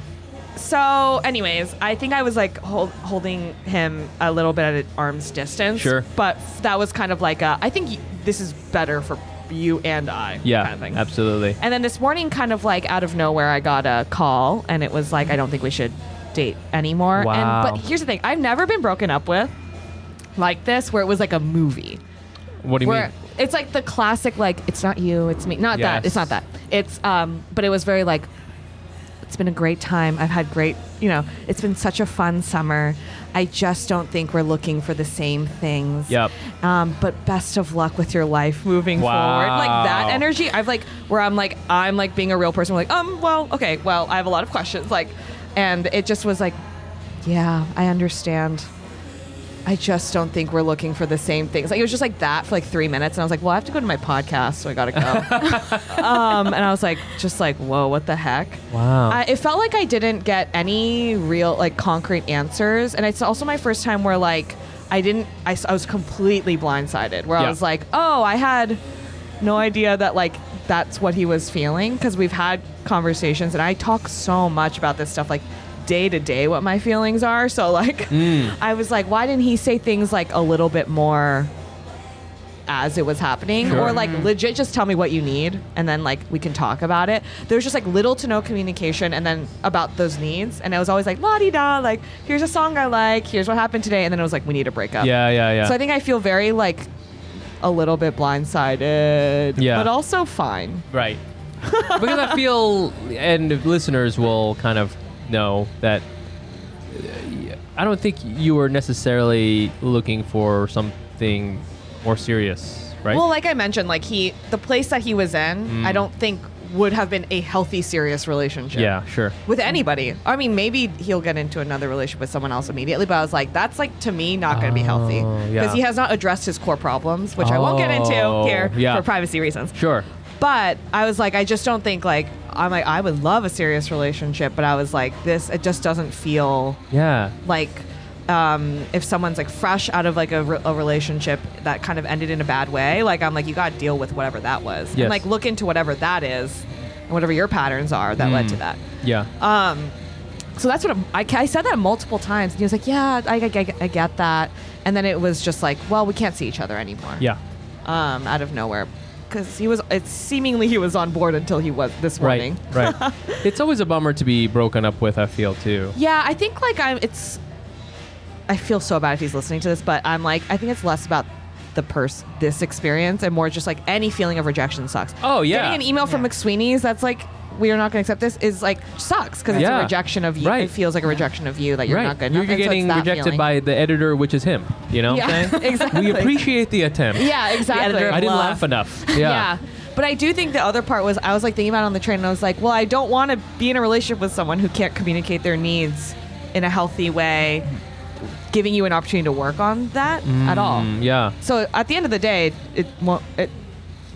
S2: So, anyways, I think I was like hold, holding him a little bit at an arm's distance.
S1: Sure.
S2: But that was kind of like, a, I think y- this is better for you and I.
S1: yeah.
S2: Kind of thing.
S1: Absolutely.
S2: And then this morning, kind of like out of nowhere, I got a call, and it was like, I don't think we should date anymore.
S1: Wow.
S2: And but here's the thing: I've never been broken up with like this, where it was like a movie,
S1: What do you
S2: where
S1: mean?
S2: it's like the classic, like it's not you, it's me. Not that.
S1: Yes.
S2: It's not that. It's um, but it was very like. It's been a great time. I've had great, you know, it's been such a fun summer. I just don't think we're looking for the same things.
S1: Yep.
S2: Um, but best of luck with your life moving
S1: Wow.
S2: forward. Like that energy, I've like where I'm like I'm like being a real person. Like um, well, okay, well, I have a lot of questions. Like, and it just was like, yeah, I understand. I just don't think we're looking for the same things. Like it was just like that for like three minutes, and I was like, well, I have to go to my podcast, so I gotta go. um, and I was like, just like, whoa, what the heck?
S1: Wow.
S2: I, it felt like I didn't get any real like concrete answers, and it's also my first time where like I didn't. I, s- I was completely blindsided, where
S1: Yeah.
S2: I was like, oh, I had no idea that like that's what he was feeling because we've had conversations, and I talk so much about this stuff like day to day what my feelings are. So like, I was like, why didn't he say things like a little bit more? as it was happening
S1: Sure.
S2: or like legit just tell me what you need and then like we can talk about it there's just like little to no communication and then about those needs and i was always like la-di-da like here's a song i like here's what happened today and then it was like we need a breakup
S1: Yeah, yeah, yeah.
S2: so i think i feel very like a little bit blindsided
S1: Yeah.
S2: but also fine (laughs)
S1: Right. because I feel, and listeners will kind of know that uh, I don't think you were necessarily looking for something more serious, right? Mm.
S2: Well, like I mentioned, like he, the place that he was in, I don't think would have been a healthy, serious relationship.
S1: yeah, sure.
S2: With anybody. I mean, maybe he'll get into another relationship with someone else immediately, but I was like, that's like to me not going to be healthy
S1: Oh,
S2: because
S1: yeah.
S2: he has not addressed his core problems, which I won't get
S1: Oh,
S2: into here
S1: yeah.
S2: for privacy reasons.
S1: Sure.
S2: But I was like, I just don't think like I'm like I would love a serious relationship, but I was like, this it just doesn't feel
S1: Yeah.
S2: like um, if someone's like fresh out of like a, re- a relationship that kind of ended in a bad way like i'm like you got to deal with whatever that was
S1: Yes.
S2: and like look into whatever that is and whatever your patterns are that
S1: Mm.
S2: led to that
S1: Yeah.
S2: Uh, so that's what I'm, I, I said that multiple times and he was like yeah I, I, I, I get that and then it was just like well we can't see each other anymore
S1: yeah.
S2: um, out of nowhere because he was it's seemingly he was on board until he was this morning
S1: Right.
S2: (laughs)
S1: Right. it's always a bummer to be broken up with, I feel, too.
S2: Yeah, I think like I'm. It's. I feel so bad if he's listening to this, but I'm like, I think it's less about the purse, this experience, and more just like any feeling of rejection sucks.
S1: Oh, yeah.
S2: getting an email from McSweeney's that's like we are not going to accept this is like sucks because it's
S1: Yeah.
S2: a rejection of you.
S1: Right.
S2: It feels like a rejection of you that you're
S1: right.
S2: not good
S1: You're
S2: enough. and so it's
S1: getting
S2: that
S1: rejected
S2: feeling.
S1: by the editor, which is him. You know what
S2: (laughs)
S1: I'm
S2: Yeah,
S1: saying?
S2: exactly.
S1: We appreciate the attempt.
S2: Yeah, exactly.
S3: editor of
S1: I didn't
S3: Love.
S1: laugh enough. Yeah.
S2: (laughs) yeah. But I do think the other part was I was like thinking about it on the train and I was like, well, I don't want to be in a relationship with someone who can't communicate their needs in a healthy way, giving you an opportunity to work on that at all.
S1: Mm, yeah.
S2: So at the end of the day, it, wa- it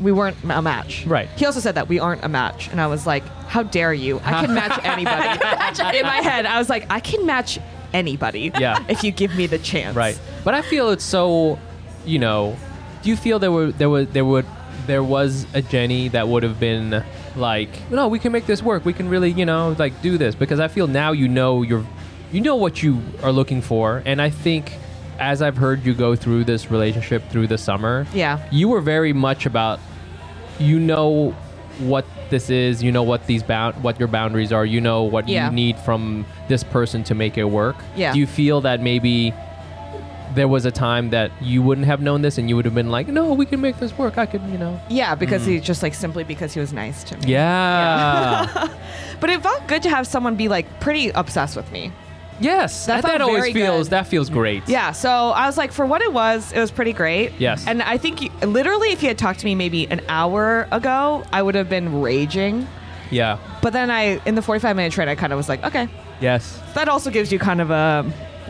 S2: we weren't a match.
S1: Right.
S2: He also said that we aren't a match, and I was like, how dare you?
S1: (laughs)
S2: I can match anybody. (laughs) in my head, I was like, I can match anybody.
S1: Yeah.
S2: If you give me the chance.
S1: Right. But I feel it's so, you know, do you feel there were there was there would there was a Jenny that would have been like, no, we can make this work. We can really, you know, like do this because I feel now you know you're you know what you are looking for and I think as I've heard you go through this relationship through the summer,
S2: Yeah.
S1: you were very much about you know what this is, you know what these bound what your boundaries are, you know what
S2: Yeah.
S1: you need from this person to make it work.
S2: Yeah.
S1: Do you feel that maybe there was a time that you wouldn't have known this and you would have been like, no, we can make this work. I could, you know.
S2: Yeah, because
S1: Mm.
S2: he just like simply because he was nice to me. (laughs)
S1: Yeah.
S2: But it felt good to have someone be like pretty obsessed with me.
S1: yes.
S2: That
S1: That, that
S2: felt
S1: always
S2: very
S1: feels
S2: good.
S1: that feels great.
S2: Yeah, so I was like, for what it was, it was pretty great.
S1: Yes.
S2: And I think you, literally, if he had talked to me maybe an hour ago, I would have been raging.
S1: Yeah.
S2: But then I, in the 45 minute train, I kind of was like, okay.
S1: Yes.
S2: That also gives you kind of a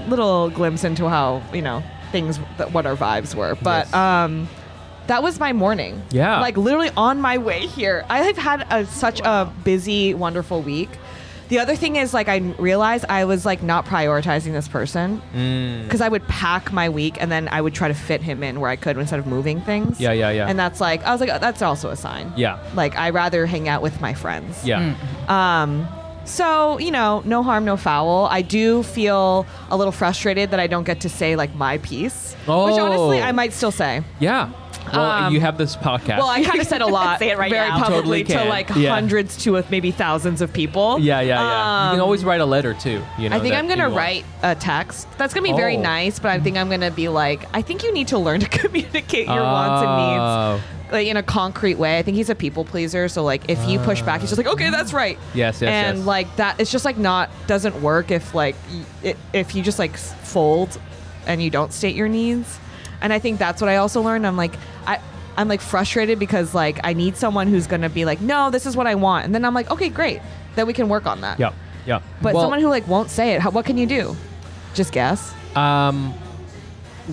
S2: little glimpse into how, you know, things, that, what our vibes were. But,
S1: Yes.
S2: um, that was my morning.
S1: Yeah.
S2: Like literally on my way here. I have had a, such a busy, wonderful week. The other thing is like I realized I was like not prioritizing this person
S1: Mm.
S2: because I would pack my week and then I would try to fit him in where I could instead of moving things.
S1: Yeah, yeah, yeah.
S2: And that's like I was like oh, that's also a sign.
S1: Yeah.
S2: Like I rather hang out with my friends.
S1: Yeah.
S2: Um, so you know, no harm, no foul. I do feel a little frustrated that I don't get to say like my piece, which
S1: Oh.
S2: honestly I might still say.
S1: Yeah. Well,
S2: Um,
S1: you have this podcast.
S2: Well, I kind of said a (laughs) lot,
S3: Say it right
S2: very
S3: now.
S1: Totally
S2: publicly
S1: can.
S2: to like
S1: Yeah.
S2: hundreds to with maybe thousands of people.
S1: yeah, yeah, yeah. you
S2: Um,
S1: can always write a letter too, you know.
S2: I think
S1: that
S2: I'm gonna
S1: you want.
S2: write a text. That's gonna be very
S1: Oh.
S2: nice, but I think I'm gonna be like, I think you need to learn to (laughs) communicate your wants and
S1: Oh.
S2: needs like in a concrete way. I think he's a people pleaser, so like if you push back, he's just like, okay, that's right.
S1: Yes, yes,
S2: and
S1: yes.
S2: like that, it's just like not doesn't work if like y- it, if you just like s- fold and you don't state your needs. And I think that's what I also learned. I'm like I. I'm like frustrated because like I need someone who's gonna be like, no, this is what I want, and then I'm like, okay, great, then we can work on that.
S1: Yeah. Yeah.
S2: But
S1: Well,
S2: someone who like won't say it, how, what can you do? Just guess.
S1: Um,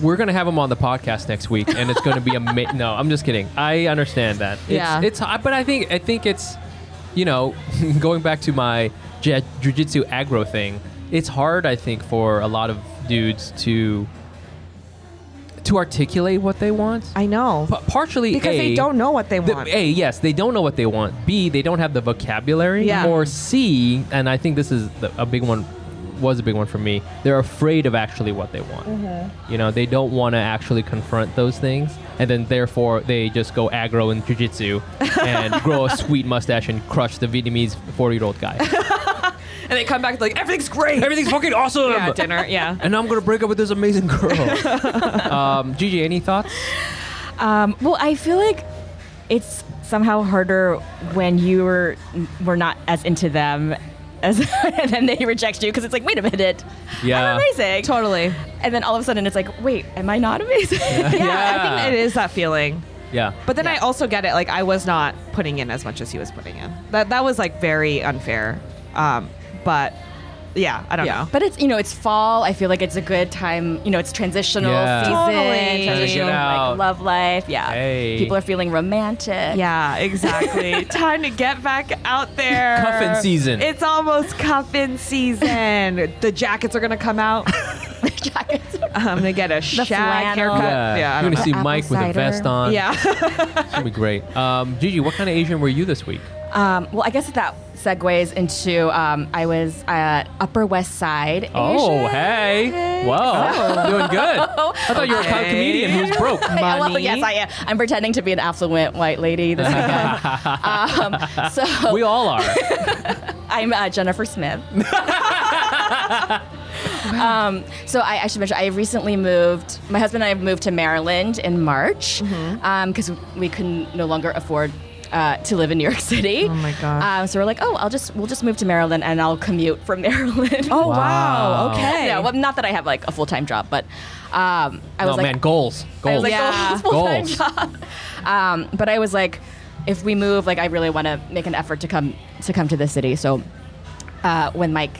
S1: we're gonna have him on the podcast next week, and it's gonna be a ama- no. I'm just kidding. I understand that. It's,
S2: Yeah.
S1: It's hard, but I think I think it's, you know, (laughs) going back to my j- jujitsu aggro thing. It's hard, I think, for a lot of dudes to to articulate what they want.
S2: I know
S1: Pa- partially
S2: because
S1: A,
S2: they don't know what they
S1: the-
S2: want.
S1: A, yes, they don't know what they want. B, they don't have the vocabulary.
S2: Yeah.
S1: Or C, and I think this is the, a big one was a big one for me. They're afraid of actually what they want.
S2: Mm-hmm.
S1: You know, they don't want to actually confront those things, and then therefore they just go aggro in
S2: (laughs)
S1: jujitsu and grow a sweet mustache and crush the Vietnamese forty-year-old
S2: (laughs)
S1: guy.
S2: And they come back like everything's great.
S1: Everything's fucking awesome.
S2: yeah, dinner. Yeah.
S1: And now I'm gonna break up with this amazing
S2: (laughs)
S1: girl. um, Gigi, any thoughts?
S3: Um, well, I feel like it's somehow harder when you were were not as into them as (laughs) and then they reject you because it's like, wait a minute,
S1: Yeah.
S3: I'm amazing,
S2: Totally.
S3: and then all of a sudden it's like, wait, am I not amazing? (laughs)
S2: Yeah, I
S1: Yeah.
S2: think it is that feeling.
S1: Yeah.
S2: But then I also get it. Like I was not putting in as much as he was putting in. That that was like very unfair. Um, but yeah, I don't know.
S3: But it's you know it's fall. I feel like it's a good time. You know it's transitional
S1: Yeah.
S3: season,
S2: Totally.
S3: transitional
S1: Transition out.
S3: like love life. Yeah,
S1: Hey.
S3: people are feeling romantic.
S2: yeah, exactly. Time to get back out there.
S1: Cuffin season.
S2: It's almost cuffin season. the jackets are gonna come out.
S3: (laughs)
S2: (laughs)
S3: Jackets.
S2: I'm gonna get a shag
S3: flannel.
S2: haircut.
S1: yeah.
S2: Yeah,
S1: You're
S2: I don't
S1: gonna see
S3: Apple
S1: Mike with a
S3: cider.
S1: vest on.
S2: know. yeah. (laughs)
S1: It's gonna be great. Um, Gigi, what kind of Asian were you this week?
S3: Um, well, I guess that segues into um, I was uh, Upper West Side.
S1: Oh,
S3: Asian. Oh.
S1: hey. Wow. Doing good.
S3: (laughs)
S1: I thought you were a con-
S2: Okay.
S1: comedian who's broke.
S3: Well,
S2: Money.
S3: yes, (laughs) I am. I'm pretending to be an affluent white lady
S1: (laughs)
S3: this weekend. um, so
S1: We all
S3: (laughs)
S1: are.
S3: I'm uh,
S2: (laughs)
S3: Jennifer Smith. um, so I, I should mention I recently moved. My husband and I moved to Maryland in March
S2: Mm-hmm.
S3: because we can no longer afford uh, to live in New York City. Oh
S2: my gosh.
S3: Um, so we're like, oh, I'll just we'll just move to Maryland and I'll commute from (laughs) Maryland.
S2: Oh
S1: Wow.
S2: wow. Okay.
S3: no, well, not that I have like a full time job, but um, I
S1: No,
S3: was like,
S1: man, goals.
S3: I was
S1: Goals.
S3: like,
S2: Yeah.
S3: oh, (laughs) full-time
S1: Goals.
S3: job. Um, but I was like, if we move, like I really want to make an effort to come to come to the city. So uh, when Mike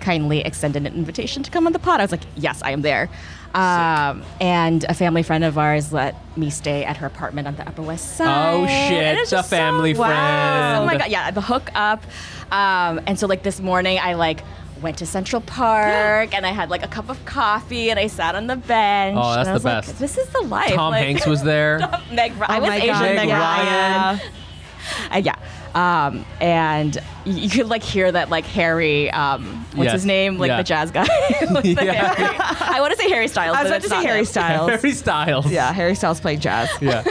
S3: kindly extended an invitation to come on the pod, I was like, yes, I am there. Um, and a family friend of ours let me stay at her apartment on the Upper West Side.
S1: Oh,
S3: And
S1: shit.
S3: it's
S1: a
S3: just so
S1: family
S2: wow.
S1: friend.
S3: Oh my god, yeah, the hookup. Um, and so like this morning, I like went to Central Park and I had like a cup of coffee and I sat on the bench.
S1: Oh, that's
S3: and I was
S1: the
S3: like,
S1: best.
S3: This is the life.
S1: Tom
S3: Like,
S1: Hanks was
S3: (laughs)
S1: there.
S3: Meg Ryan. I
S2: Oh
S3: was
S2: my
S3: Asian
S2: God,
S3: Meg
S2: yeah.
S3: Ryan. Uh, yeah. Um, and you, you could like hear that like Harry, um, what's
S1: Yes.
S3: his name? Like
S1: Yeah.
S3: the jazz guy. (laughs) What's
S1: (laughs)
S3: the
S1: Yeah.
S3: Harry? I want to say Harry Styles.
S2: I was
S3: but
S2: about to
S3: it's
S2: say
S3: not
S2: Harry
S1: (laughs)
S3: him.
S2: Styles.
S1: Harry Styles.
S2: yeah, Harry Styles playing jazz.
S1: Yeah.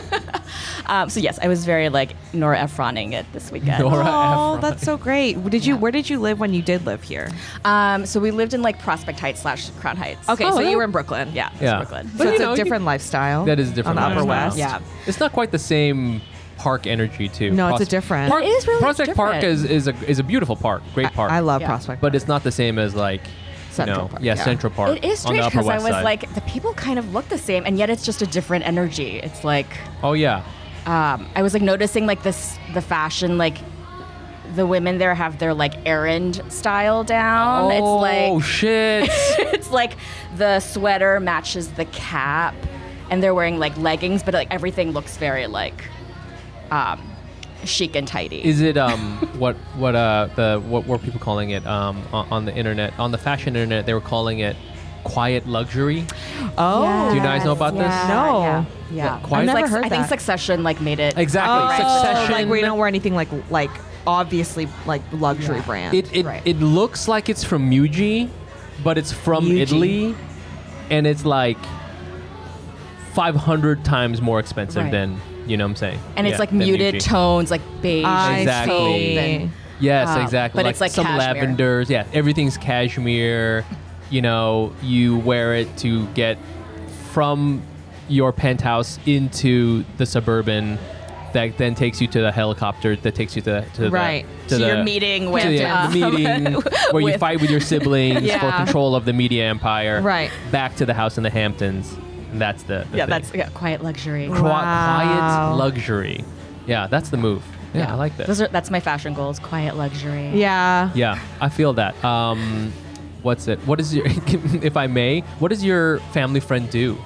S3: Um, so yes, I was very like Nora Ephroning it this weekend.
S1: Nora
S2: Oh,
S1: Ephron.
S2: that's so great. Did you? Where did you live when you did live here?
S3: Um, so we lived in like Prospect Heights slash Crown Heights.
S2: Okay,
S1: Oh,
S2: so
S1: yeah.
S2: you were in Brooklyn.
S3: Yeah, it's
S1: Yeah.
S3: Brooklyn.
S1: But
S2: so
S1: you
S2: it's
S1: know,
S2: a
S1: you-
S2: different lifestyle.
S1: That is a different.
S2: on the Upper
S1: lifestyle.
S2: West.
S3: Yeah.
S1: It's not quite the same park energy too.
S2: No, it's a different-
S1: Park,
S3: It is really
S1: Prospect Park
S3: different.
S1: is, is a is a beautiful park, great park.
S2: I love
S3: Yeah.
S2: Prospect,
S1: but it's not the same as like
S2: Central
S1: you know,
S2: Park,
S1: Yeah,
S2: yeah.
S1: Central Park.
S3: It is
S1: on the
S3: strange
S1: Upper
S3: because I
S1: West
S3: was
S1: Side.
S3: like, the people kind of look the same, and yet it's just a different energy. It's like
S1: oh yeah,
S3: um, I was like noticing like this the fashion like the women there have their like errand style down.
S1: oh
S3: um, It's
S1: shit.
S3: like (laughs) it's like the sweater matches the cap, and they're wearing like leggings, but like everything looks very like um, chic and tidy.
S1: is it um (laughs) what what uh the what were people calling it um on, on the internet on the fashion internet they were calling it quiet luxury.
S2: oh,
S1: Do you guys know about this?
S3: yeah,
S2: No.
S3: Yeah.
S1: Yeah,
S3: yeah.
S1: quite- I've
S3: It's
S2: never
S3: like-
S2: heard
S3: I think
S2: that.
S3: Succession like made it
S1: Exactly.
S2: Oh,
S1: Succession.
S2: Like where you don't wear anything like like obviously like luxury brand.
S1: It it,
S3: Right.
S1: it looks like it's from Muji, but it's from
S2: Muji.
S1: Italy, and it's like five hundred times more expensive
S3: Right.
S1: than you know what I'm saying.
S3: and
S1: Yeah,
S3: it's like
S1: than
S3: muted
S1: Muji.
S3: tones, like beige,
S2: I
S1: Exactly.
S3: taupe,
S1: see.
S3: and
S1: Yes,
S3: Um,
S1: exactly.
S3: but it's like
S1: some
S3: cashmere.
S1: lavenders. Yeah, everything's cashmere. You know, you wear it to get from your penthouse into the suburban that then takes you to the helicopter that takes you to the to
S2: Right.
S1: the, to
S3: so
S1: the
S3: you're meeting with
S1: to the,
S3: (laughs) um,
S1: the meeting where you
S3: with-
S1: fight with your
S3: (laughs)
S1: siblings for
S2: Yeah.
S1: control of the media empire.
S2: Right.
S1: Back to the house in the Hamptons. And that's the, the
S3: yeah,
S1: thing.
S3: that's yeah, quiet luxury.
S1: Qui-
S2: Wow.
S1: quiet luxury. Yeah, that's the move. Yeah, I like that.
S3: Those are that's my fashion goals. Quiet luxury.
S2: Yeah.
S1: Yeah, I feel that. Um, (laughs) what's it? What is your? if I may, what does your family friend do?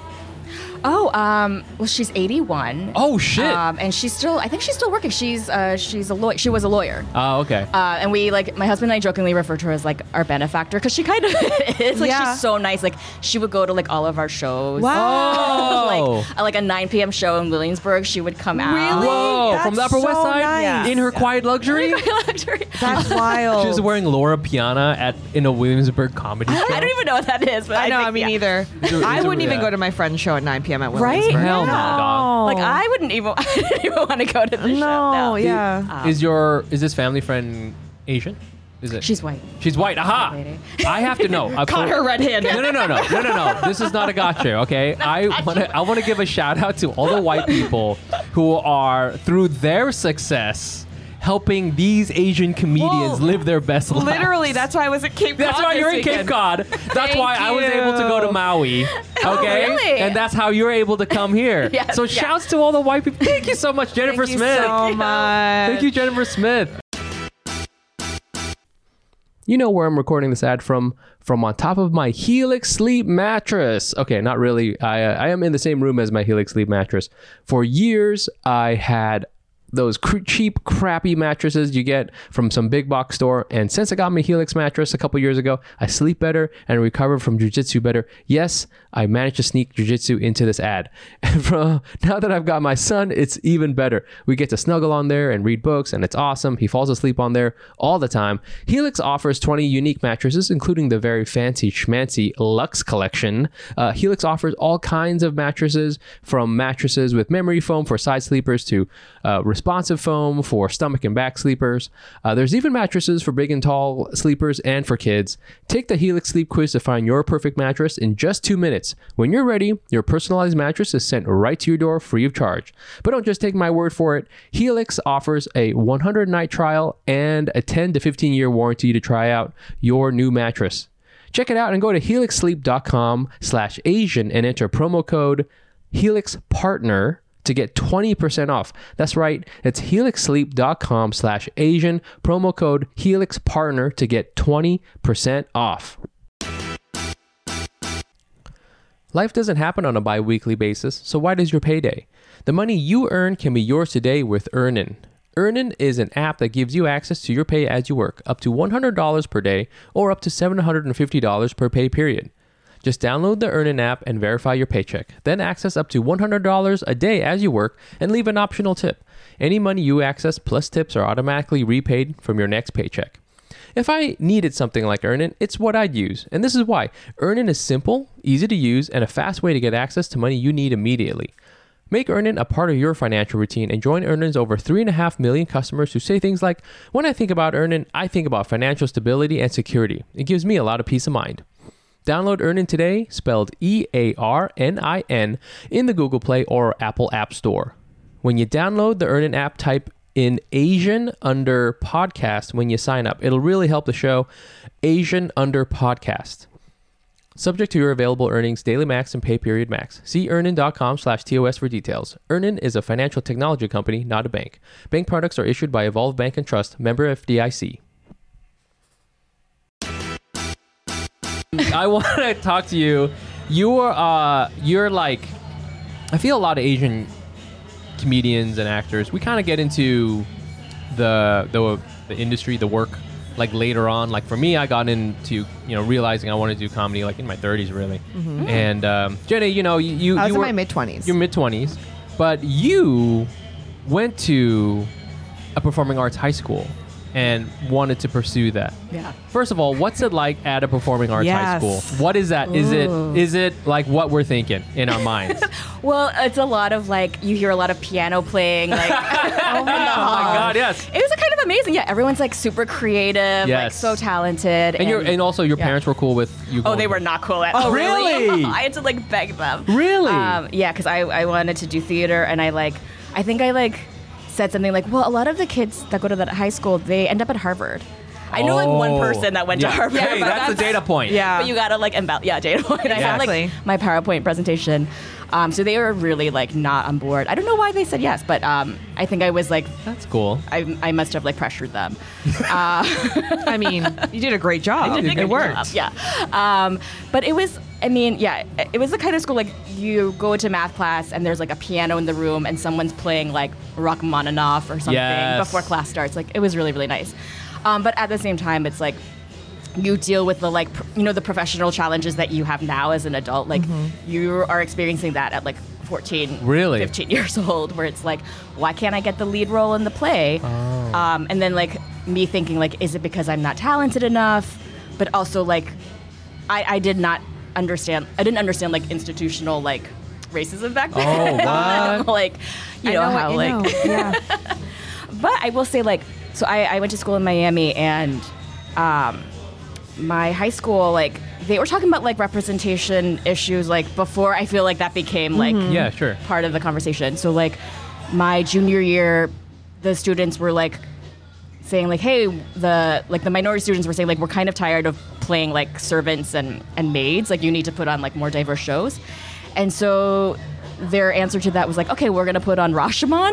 S3: Oh, um, well, she's 81.
S1: Oh, shit.
S3: Um, and she's still, I think she's still working. She's, uh, she's a lawyer. She was a lawyer.
S1: Oh, okay.
S3: Uh, and we like my husband and I jokingly refer to her as like our benefactor because she kind of (laughs) is like
S2: Yeah.
S3: she's so nice. Like she would go to like all of our shows.
S1: Oh.
S3: (laughs) like, uh, like a 9 p.m. show in Williamsburg, she would come out. (laughs)
S2: Really?
S1: Whoa,
S2: That's
S1: from the Upper West
S2: so
S1: Side
S2: nice.
S1: in her quiet luxury. (laughs)
S2: That's wild.
S1: She's wearing Laura Piana at in a Williamsburg comedy show.
S3: I don't even know what that is, but
S2: (laughs)
S3: I,
S2: I know.
S3: think,
S2: I mean,
S3: yeah.
S2: either.
S1: It's a-
S2: I
S1: it's a-
S2: wouldn't even
S1: yeah.
S2: go to my friend's show at 9 p.m. at
S3: Right?
S2: Williamsburg.
S1: Hell no, dog.
S3: Like I wouldn't even, (laughs) I didn't even want to go to the show.
S2: Oh. No, yeah.
S3: Uh,
S1: Is your is this family friend Asian? Is it?
S3: She's white.
S1: She's white. Aha!
S3: Lady.
S1: I have to
S3: (laughs)
S1: know. I've
S2: Caught her
S1: (laughs)
S2: red-handed.
S1: No, no, no, no, no, no, no. This is not a gotcha. Okay, I want to. I want to give a shout out to all the white people who are through their success helping these Asian comedians
S2: Well,
S1: live their best lives.
S2: Literally, that's why I was at Cape
S1: That's
S2: Cod.
S1: why
S2: this
S1: you're in Cape
S2: weekend.
S1: Cod. That's
S2: Thank
S1: why I was able to go to
S2: you. Oh,
S1: Maui.
S2: (laughs)
S1: Okay.
S3: really?
S1: And that's how you're able to come here.
S3: Yes,
S1: so
S3: yeah.
S1: shouts to all the white people. Thank you so much, Jennifer
S2: Thank you
S1: Smith.
S3: Oh
S2: so much.
S1: Thank you, Jennifer Smith. You know where I'm recording this ad from? From on top of my Helix sleep mattress. Okay, not really. I uh, I am in the same room as my Helix sleep mattress. For years, I had those cr- cheap, crappy mattresses you get from some big box store. And since I got my Helix mattress a couple years ago, I sleep better and recover from jujitsu better. Yes, I managed to sneak jujitsu into this ad. (laughs) And from, now that I've got my son, it's even better. We get to snuggle on there and read books, and it's awesome. He falls asleep on there all the time. Helix offers 20 unique mattresses, including the very fancy schmancy Lux collection. Uh, Helix offers all kinds of mattresses, from mattresses with memory foam for side sleepers to uh, responsive foam for stomach and back sleepers. Uh, there's even mattresses for big and tall sleepers and for kids. Take the Helix Sleep Quiz to find your perfect mattress in just two minutes. When you're ready, your personalized mattress is sent right to your door free of charge. But don't just take my word for it. Helix offers a 100 night trial and a 10 to 15 year warranty to try out your new mattress. Check it out and go to helixsleep.com slash Asian and enter promo code HelixPartner to get 20% off. That's right. It's helixsleep.com slash Asian, promo code HelixPartner to get 20% off. Life doesn't happen on a bi weekly basis, so why does your payday? The money you earn can be yours today with Earnin. Earnin is an app that gives you access to your pay as you work, up to $100 per day or up to $750 per pay period. Just download the Earnin app and verify your paycheck, then access up to $100 a day as you work and leave an optional tip. Any money you access plus tips are automatically repaid from your next paycheck. If I needed something like Earnin, it's what I'd use. And this is why Earnin is simple, easy to use, and a fast way to get access to money you need immediately. Make Earnin a part of your financial routine and join Earnin's over 3.5 million customers who say things like, When I think about Earnin, I think about financial stability and security. It gives me a lot of peace of mind. Download Earnin today, spelled E A R N I N, in the Google Play or Apple App Store. When you download the Earnin app, type in Asian under podcast when you sign up. It'll really help the show. Asian under podcast. Subject to your available earnings, daily max, and pay period max. See earnin.com slash TOS for details. Earnin is a financial technology company, not a bank. Bank products are issued by Evolve Bank and Trust, member FDIC. I (laughs) want to talk to you. You are, uh, you're like, I feel a lot of Asian comedians and actors, we kind of get into the, the the industry, the work, like later on. Like for me, I got into you know realizing I wanted to do comedy like in my 30s, really. And um, Jenny, you know, you you,
S2: I was
S1: you
S2: in
S1: were-
S2: my mid 20s.
S1: Your mid 20s, but you went to a performing arts high school and wanted to pursue that.
S3: Yeah.
S1: First of all, what's it like at a performing arts high
S2: Yes.
S1: school? What is that? Is
S3: Ooh.
S1: it is it like what we're thinking in our
S3: (laughs)
S1: minds?
S3: Well, it's a lot of like you hear a lot of piano playing. (laughs) Like, oh my
S1: God, yes.
S3: It was kind of amazing. Yeah, everyone's like super creative, like
S1: Yes.
S3: so talented.
S1: And, your and also your
S3: yeah.
S1: parents were cool with you.
S3: oh,
S1: going
S3: they
S1: there.
S3: were not cool at
S1: Oh,
S3: all.
S1: really?
S3: (laughs) I had to like beg them.
S1: Really?
S3: Um, yeah, because I, I wanted to do theater, and I like I think I like said something like, well, a lot of the kids that go to that high school they end up at Harvard. I know like one
S1: Oh.
S3: person that went
S1: Yeah.
S3: to Harvard. (laughs)
S1: Hey,
S3: but
S1: that's a data point.
S2: Yeah.
S3: But you gotta like embell yeah, data point. I had
S2: Exactly.
S3: like my PowerPoint presentation. Um, so they were really like not on board. I don't know why they said yes, but um, I think I was like
S1: That's cool.
S3: I, I must have like pressured them. (laughs)
S2: I mean, you did a great job.
S1: did a
S2: it
S1: good
S2: worked.
S3: Yeah. Um, but it was, I mean, yeah, it was the kind of school like you go to math class and there's like a piano in the room and someone's playing like Rachmaninoff or something
S1: Yes.
S3: before class starts. Like it was really, really nice. Um, but at the same time, it's like you deal with the like, pr- you know, the professional challenges that you have now as an adult. Like you are experiencing that at like 14,
S1: Mm-hmm. Really?
S3: 15 15 (laughs) years old where it's like why can't i get the lead role in the play
S1: Oh.
S3: um, and then like me thinking like is it because i'm not talented enough but also like i, I did not understand i didn't understand like institutional like racism back then (laughs)
S1: Oh, what?
S3: like you know, how like
S2: (laughs) yeah.
S3: but I will say, like, so I, I went to school in Miami, and um, my high school, like, they were talking about like representation issues, like before I feel like that became like
S1: Mm-hmm. Yeah, sure.
S3: part of the conversation. So like, my junior year, the students were like saying like, hey, the like the minority students were saying like we're kind of tired of playing like servants and and maids. Like you need to put on like more diverse shows, and so. Their answer to that was like, okay, we're gonna put on Rashomon,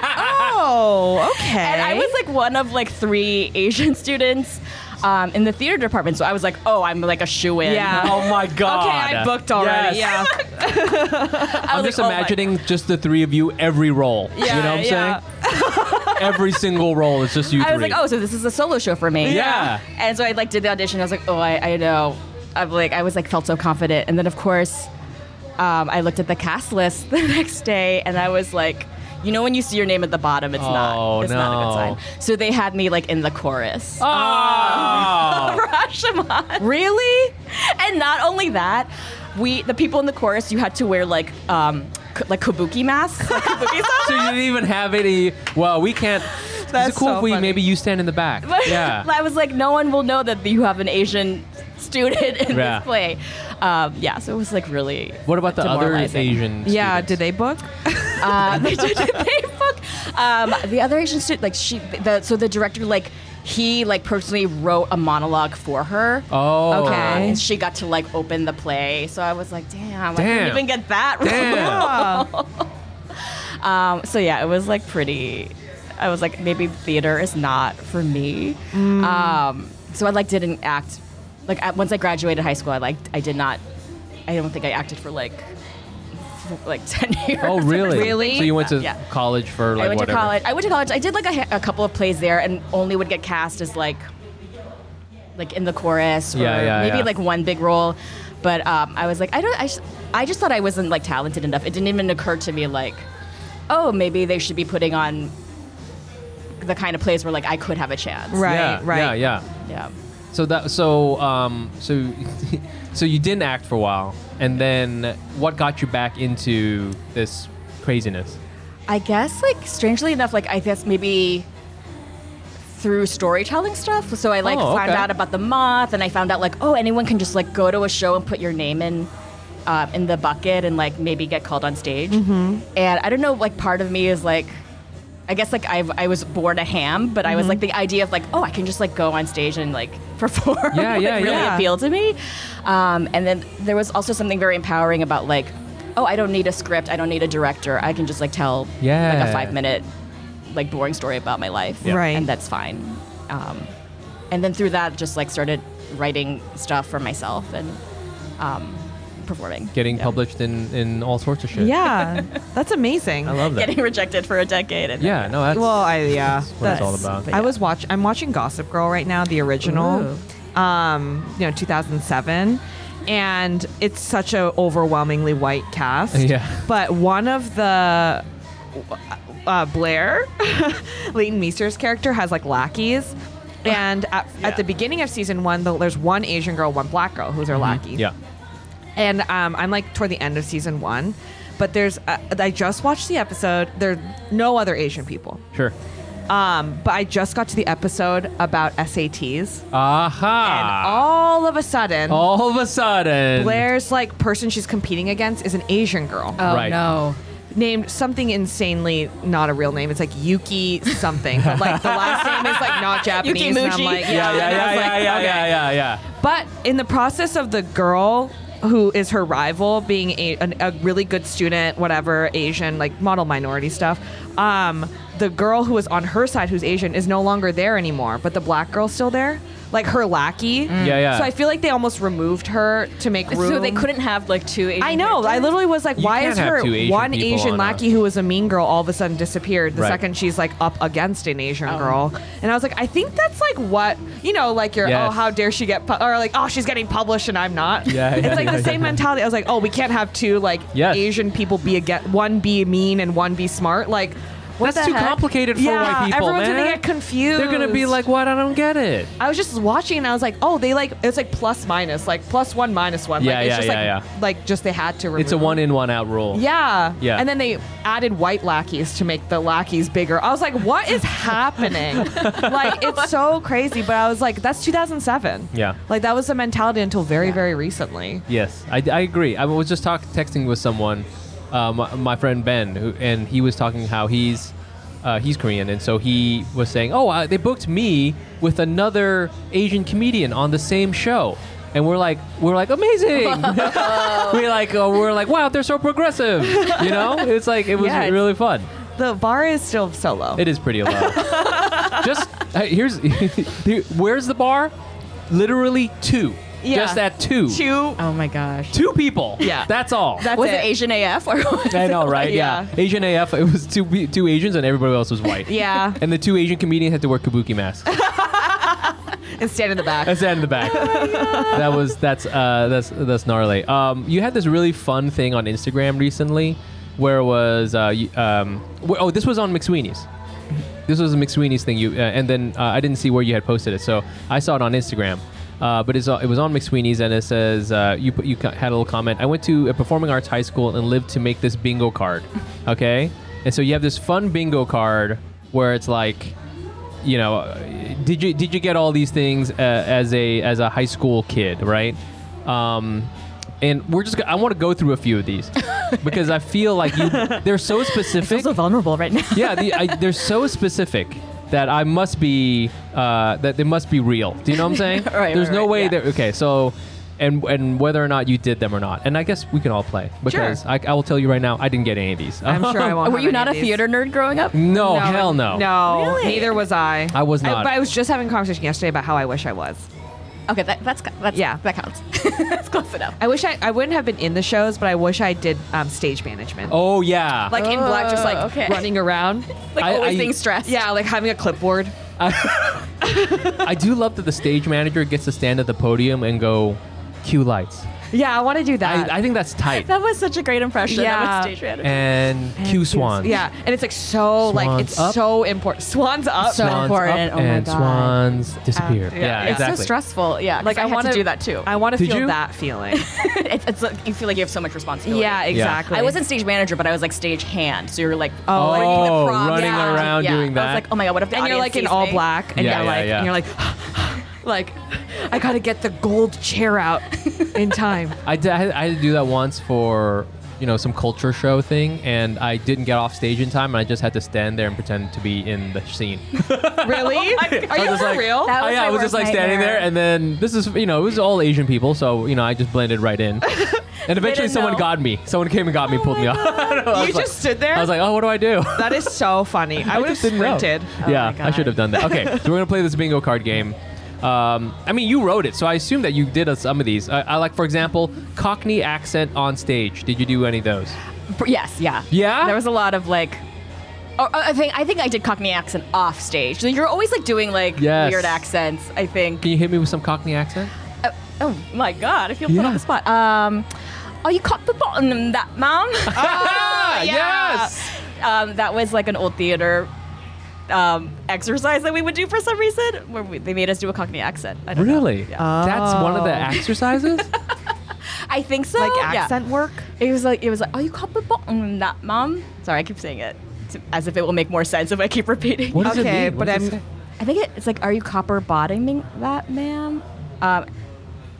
S2: Oh, okay.
S3: and I was like one of like three Asian (laughs) students um, in the theater department. So I was like, oh, I'm like a shoe in.
S2: Yeah.
S1: Oh my god.
S2: okay, I booked already.
S1: Yes.
S2: Yeah.
S1: I'm just
S3: like, oh my-
S1: imagining just the three of you every role. you know what I'm
S2: yeah.
S1: saying?
S3: (laughs)
S1: every single role is just you
S3: I was
S1: three.
S3: like, oh, so this is a solo show for me.
S1: Yeah.
S3: And so I like did the audition. I was like, oh, I, I know. I'm like, I was like felt so confident. And then of course, um, I looked at the cast list (laughs) the next day, and I was like. You know when you see your name at the bottom, it's
S1: Oh,
S3: not it's not a
S1: no.
S3: good sign. So they had me like in the chorus. (laughs)
S1: Oh.
S3: Rashomon.
S2: Really?
S3: And not only that, we the people in the chorus you had to wear like um k- like kabuki masks. Like kabuki (laughs)
S1: so you didn't even have any. Well, we can't. is
S2: That's
S1: it cool
S2: so
S1: if we
S2: funny.
S1: maybe you stand in the
S3: (laughs)
S1: back? yeah.
S3: I was like, no one will know that you have an Asian student in
S1: Yeah.
S3: this play. Um, yeah, so it was like really.
S1: What about the other
S3: demoralizing.
S1: Asian?
S2: (laughs) Yeah.
S1: students?
S2: Did they book?
S3: Uh, (laughs) they did the book. Um, the other Asian student, like she, the so the director, like he, like personally wrote a monologue for her.
S1: Oh.
S2: Okay.
S3: And she got to like open the play, so I was like, "Damn, I
S1: Damn.
S3: didn't even get that."
S1: Damn.
S3: (laughs) Um, so yeah, it was like pretty. I was like, maybe theater is not for me.
S1: Mm.
S3: Um, so I like didn't act. Like at, once I graduated high school, I like I did not. I don't think I acted for like f- like (laughs) ten years.
S1: Oh, really?
S2: Really?
S1: So you went to
S3: Yeah.
S1: college for like
S3: I went
S1: whatever.
S3: to college. I went to college. I did like a, ha- a couple of plays there, and only would get cast as like like in the chorus or
S1: Yeah, yeah,
S3: maybe
S1: yeah.
S3: like one big role. But um, I was like, I don't. I, s- I just thought I wasn't like talented enough. It didn't even occur to me like, oh, maybe they should be putting on the kind of plays where like I could have a chance.
S2: Right.
S1: Yeah,
S2: right.
S1: Yeah, yeah.
S3: Yeah.
S1: So that so um so (laughs) so you didn't act for a while, and then what got you back into this craziness?
S3: I guess like strangely enough, like I guess maybe through storytelling stuff. So I like
S1: Oh,
S3: found
S1: okay.
S3: out about the moth, and I found out like oh anyone can just like go to a show and put your name in. Uh, in the bucket and like maybe get called on stage
S1: Mm-hmm.
S3: and i don't know like part of me is like i guess like I've, i was born a ham but i was
S1: Mm-hmm.
S3: like the idea of like oh i can just like go on stage and like (laughs) perform
S1: Yeah,
S3: like,
S1: yeah,
S3: really
S1: yeah.
S3: appeal to me um, and then there was also something very empowering about like oh i don't need a script i don't need a director i can just like tell like
S1: Yeah.
S3: a five minute like boring story about my life
S1: Yeah.
S2: Right.
S3: and that's fine um, and then through that just like started writing stuff for myself and um, performing (laughs)
S1: Getting
S3: Yeah.
S1: published in in all sorts of shit.
S2: Yeah. That's amazing.
S1: I love that.
S3: getting rejected for a decade and
S1: yeah, no, that's
S2: Well, I yeah.
S1: that's what it's all about.
S2: I was watch. I'm watching Gossip Girl right now, the original, um, you know, 2007, and it's such a overwhelmingly white cast.
S1: Yeah.
S2: But one of the uh, Blair, (laughs) Leighton Meester's character, has like lackeys.
S1: Uh,
S2: And at, at the beginning of season one, the, there's one Asian girl, one black girl who's her lackey.
S1: Mm-hmm. yeah.
S2: and um, I'm like toward the end of season one. But there's, uh, I just watched the episode. There's no other Asian people.
S1: Sure.
S2: Um, but I just got to the episode about SATs, and
S1: Aha.
S2: Ah. all of a sudden,
S1: all of a sudden.
S2: Blair's like person she's competing against is an Asian girl,
S3: oh
S1: Right.
S3: no
S2: named something insanely not a real name. It's like Yuki something. But like the (laughs) last name is like not Japanese. And I'm
S3: Yukimuchi.
S2: like,
S1: Yeah, yeah,
S2: and I
S1: yeah,
S2: was
S1: yeah,
S2: like,
S1: yeah,
S2: okay.
S1: yeah, yeah, yeah.
S2: But in the process of the girl who is her rival being a, an, a really good student, whatever, Asian, like model minority stuff, um, the girl who is on her side who's Asian is no longer there anymore, but the black girl's still there. Like her lackey.
S1: Mm. Yeah, yeah.
S2: So I feel like they almost removed her to make room.
S3: So they couldn't have like two Asian
S2: I know. I
S3: characters?
S2: literally was like,
S1: You
S2: why
S1: can't
S2: is
S1: have
S2: her
S1: two Asian
S2: one
S1: people
S2: Asian
S1: on a-
S2: lackey who was a mean girl all of a sudden disappeared the
S1: Right. Oh.
S2: second she's like up against an Asian girl? And I was like, I think that's like what, you know, like your,
S1: Yes.
S2: oh, how dare she get, pu-, or like, oh, she's getting published and I'm not.
S1: Yeah,
S2: it's
S1: yeah,
S2: like the
S1: yeah,
S2: same mentality. I was like, oh, we can't have two like
S1: Yes.
S2: Asian people be against, one be mean and one be smart. Like, what
S1: That's
S2: the
S1: too
S2: heck?
S1: complicated for
S2: yeah,
S1: white people,
S2: Everyone's
S1: man.
S2: gonna get confused.
S1: They're gonna be like, "What? I don't get it."
S2: I was just watching and I was like, oh, they like it's like plus minus, like plus one minus one.
S1: Yeah,
S2: like, it's
S1: yeah,
S2: just
S1: yeah,
S2: like,
S1: yeah.
S2: like just they had to remove.
S1: It's a one in, one out rule.
S2: Yeah.
S1: Yeah.
S2: And then they added white lackeys to make the lackeys bigger. I was like,
S1: (laughs)
S2: what is happening? like it's so crazy, but I was like, that's 2007.
S1: Yeah.
S2: Like that was the mentality until very, very recently.
S1: Yes, I, I agree. I was just talk, texting with someone, uh, my, my friend Ben, who, and he was talking how he's uh, he's Korean, and so he was saying, "Oh, uh, they booked me with another Asian comedian on the same show." And we're like, we're like
S2: (laughs)
S1: amazing. (laughs) we like, uh, we're like, wow, they're so progressive. You know, it's like it was
S2: Yeah, it's-
S1: really fun.
S2: The bar is still so low.
S1: It is pretty low.
S2: (laughs)
S1: just uh, here's (laughs) here- where's the bar? Literally two.
S2: Yeah.
S1: Just at two.
S2: Two
S3: Oh my gosh.
S1: Two people.
S2: Yeah.
S1: That's all.
S2: That's
S3: was
S2: it.
S3: it Asian AF or was
S1: I know,
S3: it,
S1: right? Yeah. Asian AF. It was two pe- two Asians and everybody else was white. (laughs)
S2: Yeah.
S1: And the two Asian comedians had to wear kabuki masks.
S2: and stand in the back.
S1: That's that in the back. that was that's uh that's that's gnarly. Um, you had this really fun thing on Instagram recently, where it was uh you, um wh- oh this was on McSweeney's. This was a McSweeney's thing. You uh, and then uh, I didn't see where you had posted it, so I saw it on Instagram. Uh, but it's, uh, it was on McSweeney's, and it says uh, you put, you co- had a little comment. I went to a performing arts high school and lived to make this bingo card. Okay, and so you have this fun bingo card where it's like you know, uh, did you did you get all these things uh, as a as a high school kid, right? Um, and we're just gonna, I want to go through a few of these because I feel like you they're so specific.
S3: vulnerable right now.
S1: yeah, the, I, they're so specific that I must be uh, that they must be real. Do you know what I'm saying?
S3: Right,
S1: There's
S3: right,
S1: no
S3: right,
S1: way
S3: yeah.
S1: that okay. So. And, and whether or not you did them or not, and I guess we can all play because I, I will tell you right now, I didn't get any of these.
S2: I'm
S1: (laughs)
S2: sure I won't.
S3: Were
S2: have
S3: you
S2: any
S3: not
S2: of
S3: a
S2: these.
S3: theater nerd growing up?
S1: no, Oh, hell no.
S2: No,
S3: Really?
S2: neither was I.
S1: I was not.
S2: but I was just having a conversation yesterday about how I wish I was.
S3: Okay, that, that's that's
S2: Yeah.
S3: that counts. (laughs) that's close enough.
S2: I wish I, I wouldn't have been in the shows, but I wish I did um, stage management.
S1: Oh yeah.
S2: Like in black, just like
S3: Oh, okay.
S2: (laughs) running around.
S3: Like
S1: I-
S3: always
S1: I-
S3: being stressed.
S2: Yeah, like having a clipboard.
S1: I do love that the stage manager gets to stand at the podium and go, cue lights.
S2: Yeah, I want to do that.
S1: I, I think that's tight.
S3: That was such a great impression.
S2: Yeah.
S3: That was stage manager.
S1: and cue swans.
S2: yeah, and it's like so like it's
S1: Swans up.
S2: so important. Swans up.
S3: So-
S1: Swans
S3: important.
S1: up
S3: Oh my
S1: and
S3: God.
S1: swans disappear. yeah,
S2: yeah. Yeah. It's so
S1: exactly.
S3: It's so stressful. Yeah. Like I, had
S2: wanna
S3: to do that too. (laughs)
S2: I want to
S1: Did
S2: feel
S1: you?
S2: that feeling.
S3: it's, it's like, you feel like you have so much responsibility.
S2: yeah, exactly.
S3: I wasn't stage manager, but I was like stage hand. So you're like,
S2: Oh,
S3: breaking
S1: Oh,
S3: the prompt.
S1: running
S3: Yeah.
S1: around
S3: Yeah.
S1: doing
S3: I
S1: that.
S3: was like, oh my god, what if the
S2: and you're
S3: audience
S2: like in
S3: sees
S2: all
S3: me?
S2: black, and
S1: Yeah,
S2: you're
S1: yeah,
S2: like,
S1: yeah.
S2: and you're like, (laughs) like, I gotta get the gold chair out
S3: (laughs)
S2: in time.
S1: I did, I, had, I had to do that once for you know some culture show thing, and I didn't get off stage in time, and I just had to stand there and pretend to be in the scene.
S2: (laughs) Really? Oh Are
S1: I
S2: you
S1: was
S2: for
S1: like-
S2: real?
S3: That
S1: Oh
S3: was
S1: yeah,
S3: my
S1: I was just
S3: worst
S1: like standing
S3: nightmare.
S1: there, and then this is you know it was all Asian people, so you know I just blended right
S2: (laughs)
S1: in, and eventually
S3: didn't
S1: someone
S3: know.
S1: got me. Someone came and got me, pulled me off. (laughs) I
S2: Oh you
S1: was like-
S2: just stood there.
S1: I was like, oh, what do I do? (laughs)
S2: that is so funny. I, would have
S1: just didn't know.
S2: sprinted. Oh
S1: yeah,
S3: my
S1: I should have done that. Okay, so we're gonna play this bingo card game. Um, I mean, you wrote it, so I assume that you did uh, some of these. I, I like, for example, Cockney accent on stage. Did you do any of those?
S3: Pr- Yes, yeah.
S1: Yeah?
S3: There was a lot of like oh, I think I think I did Cockney accent off stage. So you're always like doing like
S1: Yes.
S3: weird accents, I think.
S1: Can you hit me with some Cockney accent?
S3: Uh, oh my god, I feel put
S1: Yeah.
S3: on the spot. Um Oh, you caught the bottom in that, mom. (laughs)
S1: Ah, yes.
S3: Um, that was like an old theater um, exercise that we would do for some reason, where we, they made us do a Cockney accent. I don't know.
S1: Really? Uh,
S3: Yeah.
S1: That's one of the
S2: Oh.
S1: exercises.
S3: I think so.
S2: Like
S3: yeah.
S2: accent work.
S3: It was like it was like, oh, you caught the bottom in that, mom. Sorry, I keep saying it It's- as if it will make more sense if I keep repeating.
S1: What does
S2: Okay,
S1: it mean? What
S2: but
S1: does it
S2: I'm-
S1: say?
S3: I think it, it's like, are you copper bottoming that, ma'am? Um,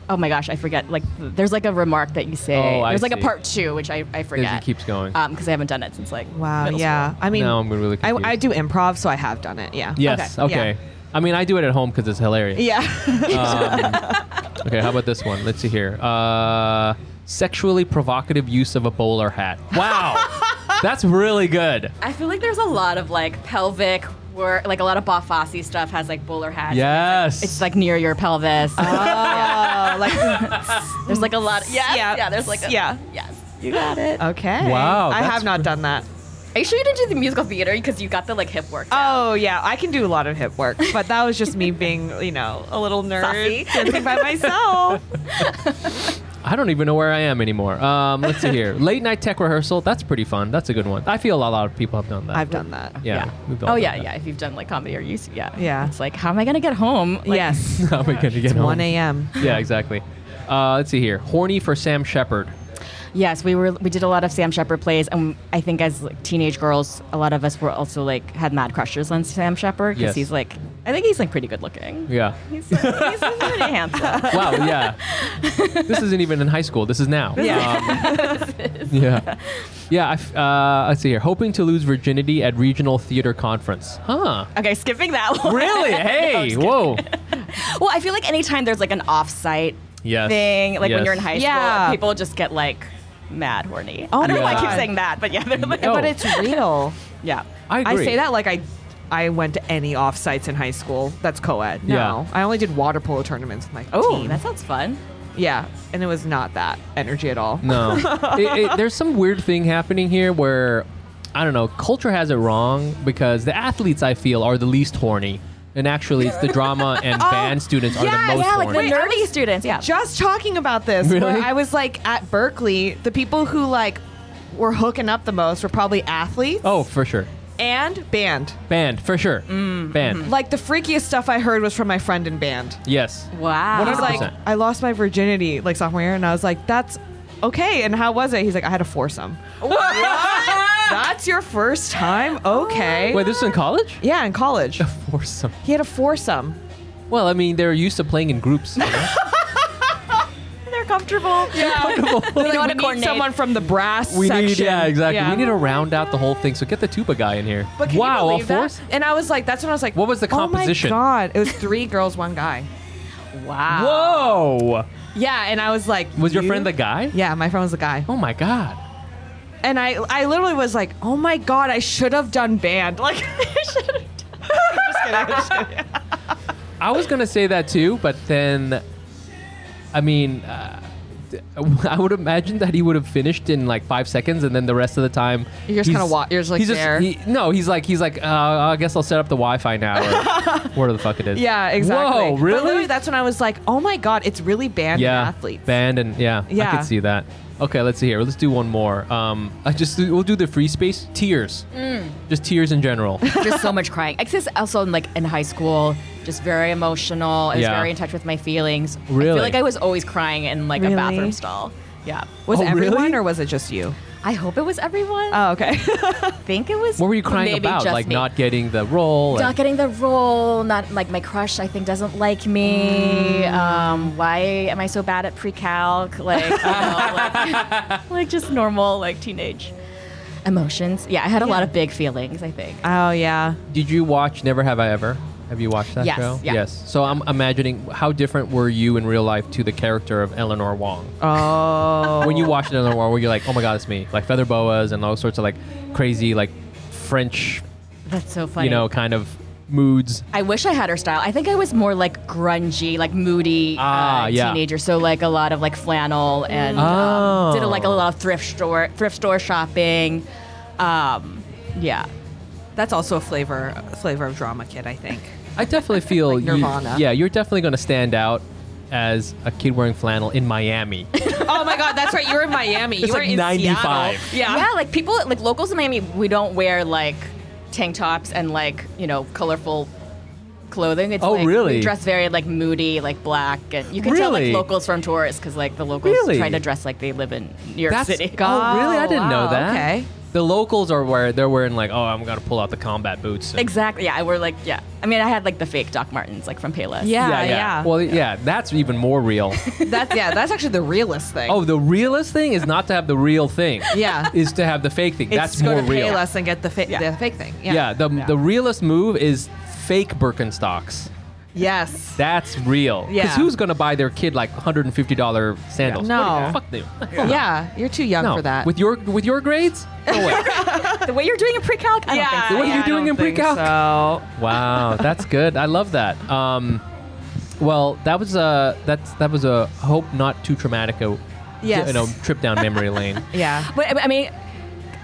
S3: oh my gosh, I forget. Like, th- there's like a remark that you say.
S1: Oh, I
S3: there's like
S1: see.
S3: a part two, which I, I forget.
S1: keeps going.
S3: Um, because I haven't done it since like
S2: Wow.
S3: middle
S2: yeah.
S3: school.
S2: I mean,
S1: Now I'm really
S2: I, I
S1: confused.
S2: do improv, so I have done it. Yeah.
S1: Yes. Okay.
S2: Okay. Yeah.
S1: I mean, I do it at home because it's hilarious. Um,
S2: Yeah. (laughs)
S1: Okay, how about this one? Let's see here. Uh, sexually provocative use of a bowler hat.
S2: (laughs)
S1: Wow, that's really good.
S3: I feel like there's a lot of like pelvic work, like a lot of Bafasi stuff has like bowler hats.
S1: Yes.
S3: It's like near your pelvis.
S2: oh, like
S3: (laughs) there's like a lot. yes,
S2: Yeah.
S3: yeah. There's like a,
S2: Yeah.
S3: Yes. You got it.
S2: okay.
S1: Wow,
S2: I
S1: that's
S2: have not done that.
S3: Are you sure you didn't do the musical theater because you got the like hip work? down?
S2: Oh yeah, I can do a lot of hip work, but that was
S1: (laughs)
S2: just me being, you know, a little
S3: Saucy.
S2: nerd (laughs) dancing
S1: (laughs)
S2: by myself.
S1: I don't even know where I am anymore. Um, let's see
S2: (laughs)
S1: here. Late night tech rehearsal. That's pretty fun. That's a good one. I feel a lot of people have done that.
S2: I've done that.
S1: Yeah. we've all
S3: Oh
S1: done
S3: yeah,
S1: that.
S3: yeah. If you've done like comedy or you, yeah,
S2: Yeah.
S3: It's like, how am I gonna get home?
S1: (laughs)
S2: (laughs)
S3: Like,
S2: yes.
S1: How are we gonna get home?
S2: 1 a.m.
S1: Yeah, exactly. Uh, let's see here. Horny for Sam Shepard.
S3: Yes, we were. We did a lot of Sam Shepard plays, and I think as like, teenage girls, a lot of us were also like had mad crushes on Sam Shepard because
S1: Yes.
S3: he's like, I think he's like pretty good looking.
S1: Yeah.
S3: He's, like, he's pretty (laughs) handsome.
S1: Wow. Yeah. this isn't even in high school. This is now.
S2: Yeah.
S3: (laughs)
S1: Um, yeah. Yeah. I f- uh, let's see here. Hoping to lose virginity at regional theater conference. Huh.
S3: Okay, skipping that one. (laughs)
S1: Really? Hey. Whoa.
S3: Well, I feel like anytime there's like an off-site
S1: Yes.
S3: thing, like
S1: Yes.
S3: when you're in high school,
S2: Yeah.
S3: people just get like mad horny.
S2: Oh
S3: I don't know why I
S1: my
S3: keep
S1: God.
S3: saying that, but yeah, they're like, (laughs)
S1: No.
S2: But
S1: (laughs)
S2: it's real.
S3: yeah.
S1: I
S2: I
S1: agree.
S2: say that like I I went to any offsites in high school. That's co-ed. No.
S1: Yeah.
S2: I only did water polo tournaments with my
S3: Oh,
S2: team.
S3: that sounds fun.
S2: yeah. And it was not that energy at all.
S1: No. It- it- there's some weird thing happening here where, I don't know, culture has it wrong because the athletes, I feel, are the least horny. And actually, it's the
S3: (laughs)
S1: drama and
S3: Oh,
S1: band students are
S2: yes.
S1: the most
S2: Yeah,
S1: horny.
S2: Wait, I was
S3: students, yeah.
S2: Just talking about this,
S1: Really?
S2: where I was like at Berkeley, the people who like were hooking up the most were probably athletes
S1: oh, for sure.
S2: and band.
S1: Band, for sure.
S3: Mm,
S1: Band.
S3: mm-hmm.
S2: Like the freakiest stuff I heard was from my friend in band.
S1: Yes.
S3: Wow.
S1: (laughs)
S2: He's like,
S1: 100%.
S2: I lost my virginity like sophomore year, and I was like, that's okay. And how was it? He's like, I had a foursome. That's your first time? Okay.
S1: Wait, this is in college?
S2: yeah,
S1: (laughs)
S2: in college.
S1: Foursome.
S2: He had a foursome.
S1: Well, I mean, they're used to playing in groups.
S2: (laughs)
S1: you know?
S3: (laughs) They're comfortable.
S2: Yeah.
S3: They don't
S2: we
S3: want to
S2: need
S3: coordinate.
S2: someone from the brass
S1: we
S2: section.
S1: need, yeah, exactly.
S2: Yeah.
S1: We need to round out the whole thing. So get the tuba guy in here.
S2: But can you
S1: wow, all
S2: believe that?
S1: fours?
S2: And I was like, that's when I was like,
S1: What was the composition?
S2: Oh my god, it was three girls, one guy.
S3: Wow.
S1: Whoa!
S2: (laughs) Yeah, and I was like,
S1: Was your
S2: you-
S1: friend the guy?
S2: Yeah, my friend was the guy.
S1: Oh my god.
S2: And I, I literally was like, oh my god, I should have done band. Like, (laughs) I should have.
S1: I was gonna say that too, but then, I mean, uh, (laughs) I would imagine that he would have finished in like five seconds, and then the rest of the time
S2: You're just
S1: he's-
S2: kinda wa- you're just, like,
S1: he's
S2: there.
S1: he- no, he's like he's like uh, I guess I'll set up the Wi-Fi now,
S2: (laughs)
S1: or whatever the fuck it is.
S2: Yeah, exactly.
S1: Whoa,
S2: But literally,
S1: really?
S2: that's when I was like, oh my god, it's really band
S1: yeah,
S2: and athletes.
S1: band and yeah, I
S2: Yeah.
S1: could see that. Okay, let's see here. Let's do one more. Um, I just we'll do the free space tears,
S3: Mm.
S1: just tears in general.
S3: just so much crying. I guess also in, like in high school, just very emotional. I was
S1: Yeah.
S3: very in touch with my feelings. I
S1: Really?
S3: feel like I was always crying in like
S2: Really?
S3: a bathroom stall. Yeah.
S2: Was
S1: Oh,
S2: everyone
S1: really?
S2: or was it just you?
S3: I hope it was everyone.
S2: Oh, (laughs) okay.
S3: I think it was.
S1: what were you crying
S3: maybe
S1: about?
S3: just
S1: Like
S3: me.
S1: not getting the role. and-
S3: not getting the role, not like my crush. I think doesn't like me.
S1: Mm.
S3: Um, why am I so bad at pre-calc? Like, you know,
S1: (laughs)
S3: like, like just normal like teenage emotions. Yeah, I had a lot of big feelings. I think.
S2: oh yeah.
S1: Did you watch Never Have I Ever? Have you watched that
S3: Yes,
S1: show?
S3: yeah.
S1: Yes. So I'm imagining how different were you in real life to the character of Eleanor Wong?
S2: Oh.
S1: When you watched Eleanor Wong, were you like, oh my god, it's me? Like feather boas and all sorts of like crazy like French,
S3: That's so funny.
S1: you know, kind of moods.
S3: I wish I had her style. I think I was more like grungy, like moody
S1: Ah,
S3: uh,
S1: yeah.
S3: teenager. So like a lot of like flannel and
S1: Oh.
S3: um, did a, like a lot of thrift store thrift store shopping. Um, yeah,
S2: (laughs) that's also a flavor flavor of drama kid, I think.
S1: I definitely feel
S2: Like
S1: you-
S2: Nirvana.
S1: yeah, you're definitely going to stand out as a kid wearing flannel in
S2: (laughs)
S1: Miami.
S2: (laughs) oh my god, that's right. You're in Miami. you were
S1: like
S2: in
S1: 95.
S2: Seattle. Yeah.
S3: yeah. Like people, like locals in Miami, we don't wear like tank tops and like you know colorful clothing. It's
S1: Oh,
S3: like,
S1: really?
S3: We dress very like moody, like black, and you can tell
S1: Really?
S3: like locals from tourists because like the locals
S1: Really?
S3: try to dress like they live in New York
S1: That's
S3: City.
S1: Oh, really? I didn't know
S2: wow,
S1: that.
S2: Okay.
S1: the locals are where they're wearing like, oh, I'm gonna pull out the combat boots. and-
S3: Exactly. Yeah, I were like, yeah. I mean, I had like the fake Doc Martens, like from Payless.
S2: Yeah, yeah.
S1: Well, yeah, that's even more
S2: (laughs)
S1: real.
S2: that's yeah, that's actually the realest thing.
S1: oh, the realest thing is not to have the real thing.
S2: (laughs) Yeah.
S1: Is to have the fake thing. that's
S2: it's go
S1: more
S2: to
S1: real.
S2: Payless and get the, fa-
S3: Yeah.
S2: the fake thing. Yeah.
S1: Yeah. the the realest move is fake Birkenstocks.
S2: yes.
S1: That's real.
S2: Yeah.
S1: Because who's gonna buy their kid like $150 sandals?
S2: Yeah. No.
S1: What the fuck (laughs) them.
S2: yeah. you're too young
S1: No.
S2: for that.
S1: With your with your grades? No
S2: (laughs)
S1: way.
S3: The way you're doing a pre-calc, I
S2: yeah,
S3: don't think
S1: The
S3: so.
S1: way
S2: yeah,
S1: you're
S2: I
S1: doing
S2: don't
S1: in
S2: think
S1: pre-calc.
S2: So.
S1: Wow, that's good. I love that. Um, well, that was a that's that was a hope not too traumatic. A,
S2: Yes.
S1: you know, trip down memory
S2: (laughs)
S1: lane.
S2: Yeah.
S3: But I- I mean,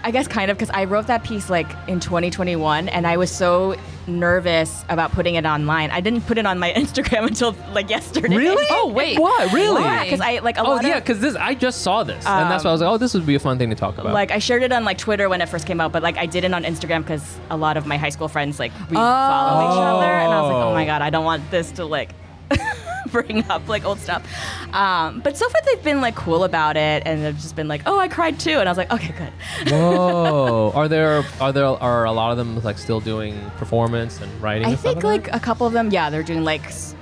S3: I guess kind of because I wrote that piece like in 2021, and I was so nervous about putting it online. I didn't put it on my (laughs) Instagram until like yesterday.
S1: Really?
S2: Oh, wait.
S1: What? Really?
S3: Yeah, because I like a
S1: Oh
S3: lot
S1: yeah,
S3: of
S1: because this I just saw this, and that's why I was like,
S2: Um,
S1: oh, this would be a fun thing to talk about.
S2: (laughs)
S3: like I shared it on like Twitter when it first came out, but like I didn't on Instagram because a lot of my high school friends like we follow each other, and I was like,
S1: Oh.
S3: oh my god, I don't want this to like (laughs) bring up like old stuff. Um, but so far they've been like cool about it, and they've just been like, oh, I cried too, and I was like, okay, good.
S1: whoa, are there are there are a lot of them like still doing performance and writing?
S3: I
S1: and stuff
S3: think
S1: that?
S3: like a couple of them, yeah, they're doing like, s-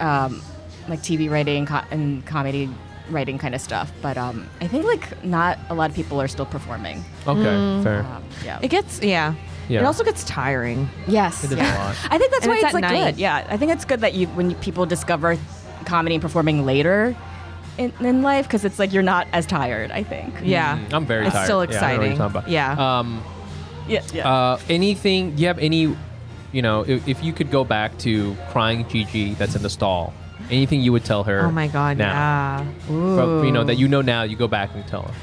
S3: um, like TV writing co- and comedy writing kind of stuff. But um, I think like not a lot of people are still performing.
S1: okay,
S2: mm,
S1: fair.
S3: Um, yeah.
S2: It gets yeah.
S1: Yeah.
S2: It also gets tiring.
S3: yes.
S1: It is a
S3: yeah.
S1: lot.
S3: I think that's
S2: And
S3: why
S2: it's
S3: it's,
S2: at
S3: like
S2: night.
S3: good. Yeah, I think it's good that you when you, people discover comedy and performing later in, in life because it's like you're not as tired. I think.
S2: Yeah.
S1: Mm, I'm very
S2: It's
S1: tired.
S2: still
S1: Yeah, I know what you're
S2: exciting.
S1: talking about.
S2: Yeah.
S1: Um,
S3: Yeah. yeah.
S1: Uh, anything? Do you have any? You know, if, if you could go back to crying Gigi that's in the stall, anything you would tell her?
S2: Oh my god.
S1: Now,
S2: Yeah. Ooh.
S1: From- you know that you know now, you go back and tell her.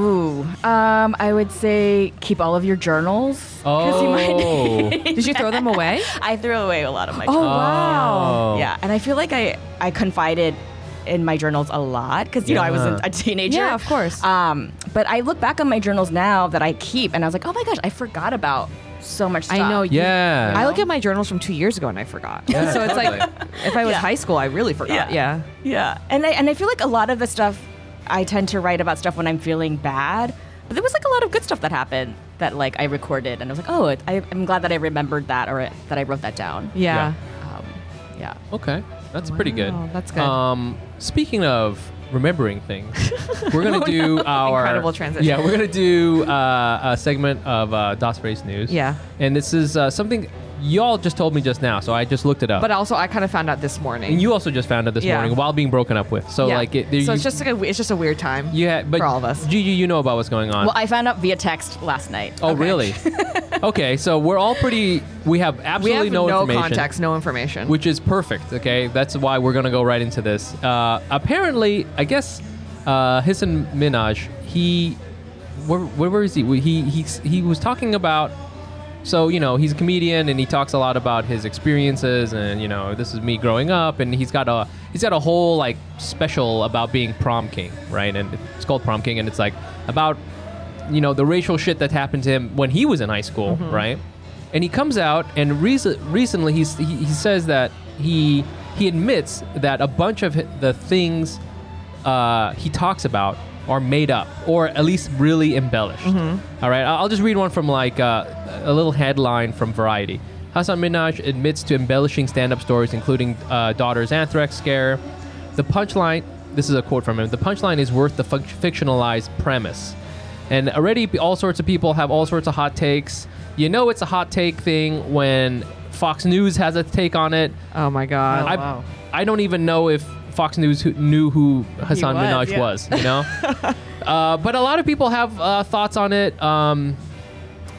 S3: Ooh. Um, I would say keep all of your journals. 'cause you might- (laughs)
S1: Oh.
S2: (laughs) Did you throw them away?
S3: I threw away a lot of my.
S2: Oh,
S3: journals.
S2: wow.
S1: Oh.
S3: Yeah, and I feel like I I confided in my journals a lot because you know I was
S1: Yeah.
S3: a, a teenager.
S2: Yeah, of course.
S3: Um, but I look back on my journals now that I keep, and I was like, oh my gosh, I forgot about so much
S2: I
S3: stuff.
S2: know. you-
S1: Yeah.
S2: I look at my journals from two years ago and I forgot.
S1: Yeah,
S2: so it's like
S1: totally.
S2: if I was
S3: Yeah.
S2: high school, I really forgot. Yeah.
S3: Yeah. Yeah, and I and I feel like a lot of the stuff I tend to write about stuff when I'm feeling bad, but there was like a lot of good stuff that happened that like I recorded, and I was like, oh, it, I, I'm glad that I remembered that or that I wrote that down.
S2: Yeah.
S3: Um, yeah.
S1: Okay, that's pretty good.
S2: Wow, that's good.
S1: Um, speaking of remembering things, we're
S2: (laughs)
S1: gonna do our
S2: Oh, Incredible transition.
S1: Yeah, we're gonna do uh, a segment of uh, DOS Race News.
S2: Yeah.
S1: and this is uh, something y'all just told me just now, so I just looked it up.
S2: But also, I kind of found out this morning.
S1: and you also just found out this
S2: Yeah.
S1: morning while being broken up with. So
S2: Yeah.
S1: like, it,
S2: so
S1: you-
S2: it's just like a, it's just a weird time.
S1: Yeah, but
S2: for all of us.
S1: Gigi, you know about what's going on.
S3: Well, I found out via text last night.
S1: oh,
S2: (laughs)
S1: really? okay, so we're all pretty. We have
S2: we
S1: absolutely
S2: have no,
S1: information,
S2: context, no information.
S1: which is perfect. Okay, that's why we're gonna go right into this. Uh, apparently, I guess uh, Hassan Minaj. He, where, where, where is he? He he he was talking about. So you know he's a comedian and he talks a lot about his experiences and you know this is me growing up and he's got a he's got a whole like special about being prom king right and it's called prom king and it's like about you know the racial shit that happened to him when he was in high school, right? And he comes out and rec- recently he's, he he says that he he admits that a bunch of hi- the things uh, he talks about are made up or at least really embellished. All right, I- I'll just read one from like uh, a little headline from Variety. Hassan Minaj admits to embellishing stand-up stories, including uh, daughter's anthrax scare. The punchline. This is a quote from him. The punchline is worth the func- fictionalized premise. And already, p- all sorts of people have all sorts of hot takes. You know, it's a hot take thing when Fox News has a take on it.
S2: oh my god.
S1: I, I don't even know if Fox News who, knew who Hassan
S3: was,
S1: Minaj
S3: yeah.
S1: was, you know?
S2: (laughs)
S1: uh, but a lot of people have uh, thoughts on it. Um,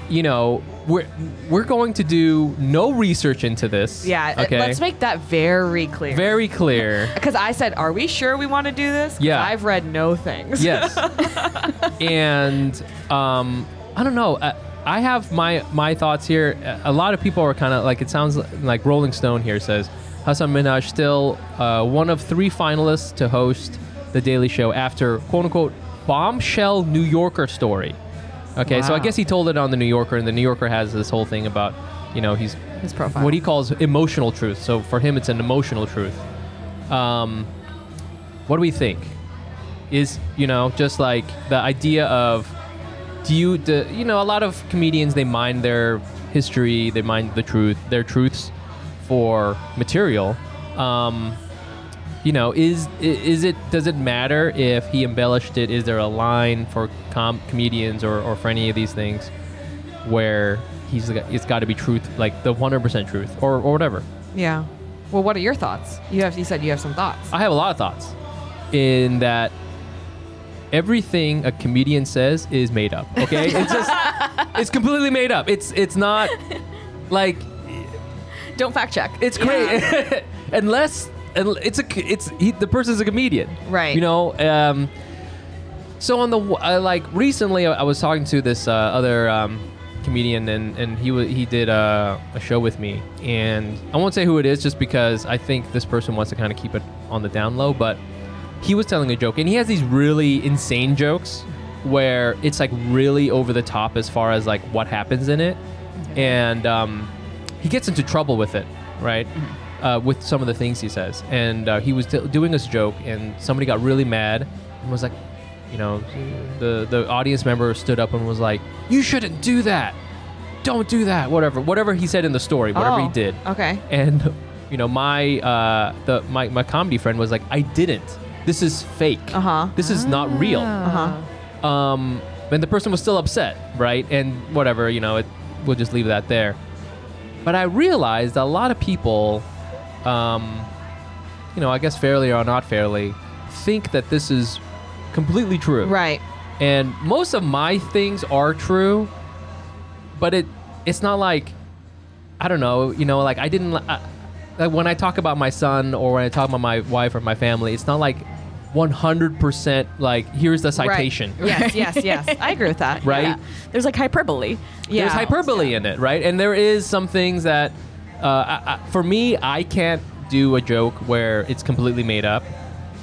S1: you know, we're, we're going to do no research into this.
S2: yeah. uh,
S1: Okay.
S2: Let's make that very clear.
S1: Very
S2: (laughs)
S1: clear.
S2: Because I said, are we sure we want to do this? 'Cause
S1: Yeah.
S2: I've read no things.
S1: Yes.
S2: (laughs)
S1: and um, I don't know. I, I have my my thoughts here. A- A lot of people are kind of like it sounds like Rolling Stone here says Hassan Minaj still uh, one of three finalists to host the Daily Show after quote unquote bombshell New Yorker story. Okay, so I
S2: Wow.
S1: guess he told it on the New Yorker, and the New Yorker has this whole thing about you know he's
S2: (laughs) His profile.
S1: what he calls emotional truth. So for him, it's an emotional truth. Um, what do we think? Is you know just like the idea of do you do, you know a lot of comedians they mind their history they mind the truth their truths for material um you know is i- is it does it matter if he embellished it is there a line for com- comedians or, or for any of these things where he's like, it's got to be truth like the 100% truth or, or whatever
S2: Yeah. Well, what are your thoughts? You have you said you have some thoughts.
S1: I have a lot of thoughts in that everything a comedian says is made up. Okay, it's just it's completely made up. It's it's not like
S3: Don't fact check.
S1: it's great unless unl- it's a c- it's he, the person's a comedian,
S2: Right.
S1: You know. Um, so on the w- uh, like recently, I I was talking to this uh, other um, comedian, and and he wa he did a, a show with me, and I won't say who it is, just because I think this person wants to kind of keep it on the down low, but he was telling a joke and he has these really insane jokes where it's like really over the top as far as like what happens in it and um, he gets into trouble with it right uh, with some of the things he says and uh, he was t- doing this joke and somebody got really mad and was like you know the the audience member stood up and was like you shouldn't do that don't do that whatever whatever he said in the story (laughs) whatever
S2: Oh,
S1: he did
S2: Okay.
S1: and you know my uh the my, my comedy friend was like i didn't this is fake
S2: Uh-huh.
S1: this is not real
S2: Uh-huh.
S1: um and the person was still upset right and whatever you know it we'll just leave that there but i realized a lot of people um you know i guess fairly or not fairly think that this is completely true
S2: Right.
S1: and most of my things are true but it it's not like i don't know you know like i didn't li- I, like when i talk about my son or when i talk about my wife or my family it's not like 100% like here's the citation
S2: Right. Yes,
S1: (laughs)
S2: yes, yes. I agree with that.
S1: Right.
S3: Yeah. There's like hyperbole.
S2: Yeah.
S1: there's hyperbole in it right and there is some things that uh, I, I, for me i can't do a joke where it's completely made up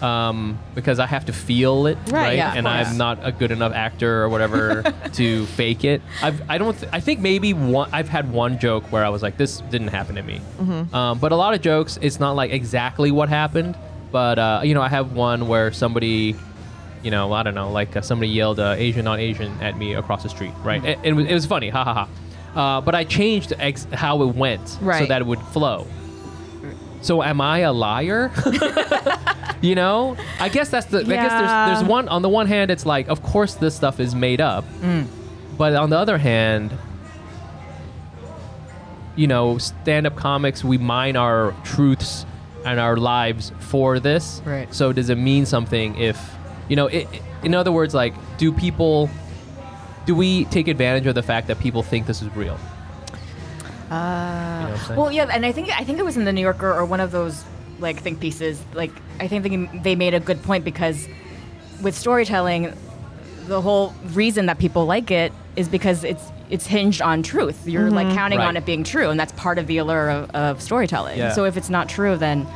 S1: um, because i have to feel it right,
S2: yeah, of
S1: and
S2: course.
S1: i'm not a good enough actor or
S2: (laughs)
S1: whatever to fake it I've, i don't th- i think maybe one i've had one joke where i was like this didn't happen to me
S2: Mm-hmm.
S1: um, but a lot of jokes it's not like exactly what happened but uh, you know i have one where somebody you know, I don't know, like uh, somebody yelled uh, Asian, not Asian at me across the street, right? And and it, was, it was funny, ha ha ha. Uh, but I changed ex- how it went so
S2: Right.
S1: that it would flow. So am I a liar? you know, I guess that's the. I guess
S3: Yeah.
S1: there's there's one on the one hand, it's like of course this stuff is made up, but on the other hand, you know, stand up comics, we mine our truths and our lives for this.
S3: Right.
S1: So does it mean something if, you know, it, in other words, like, do people, do we take advantage of the fact that people think this is real? Uh,
S3: Well, yeah, and I think I think it was in the New Yorker or one of those like think pieces. Like I think they, they made a good point because with storytelling, the whole reason that people like it is because it's it's hinged on truth. You're like counting on
S1: Mm-hmm. Right.
S3: it being true, and that's part of the allure of, of storytelling.
S1: Yeah.
S3: So if it's not true, then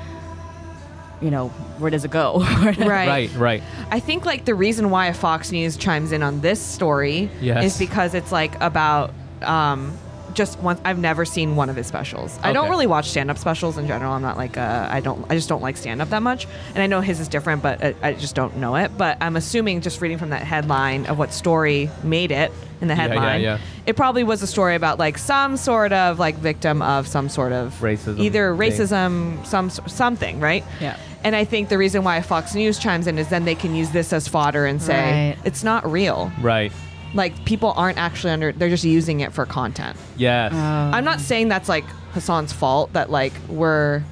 S3: you know where does it go? (laughs) right.
S1: right, right.
S2: I think like the reason why Fox News chimes in on this story
S1: Yes.
S2: is because it's like about um, just one. I've never seen one of his specials. I don't
S1: Okay.
S2: really watch stand up specials in general. I'm not like uh, I don't. I just don't like stand up that much. And I know his is different, but uh, I, I just don't know it. But I'm assuming just reading from that headline of what story made it in the
S1: Yeah, yeah,
S2: headline.
S1: yeah.
S2: It probably was a story about like some sort of like victim of some sort of
S1: Racism
S2: either
S1: thing.
S2: racism some some something, right?
S3: Yeah.
S2: And I think the reason why Fox News chimes in is then they can use this as fodder and say
S3: Right.
S2: it's not real.
S1: Right.
S2: Like people aren't actually under; they're just using it for content.
S1: Yes.
S3: Uh, Oh.
S2: I'm not saying that's like Hassan's fault. That like we're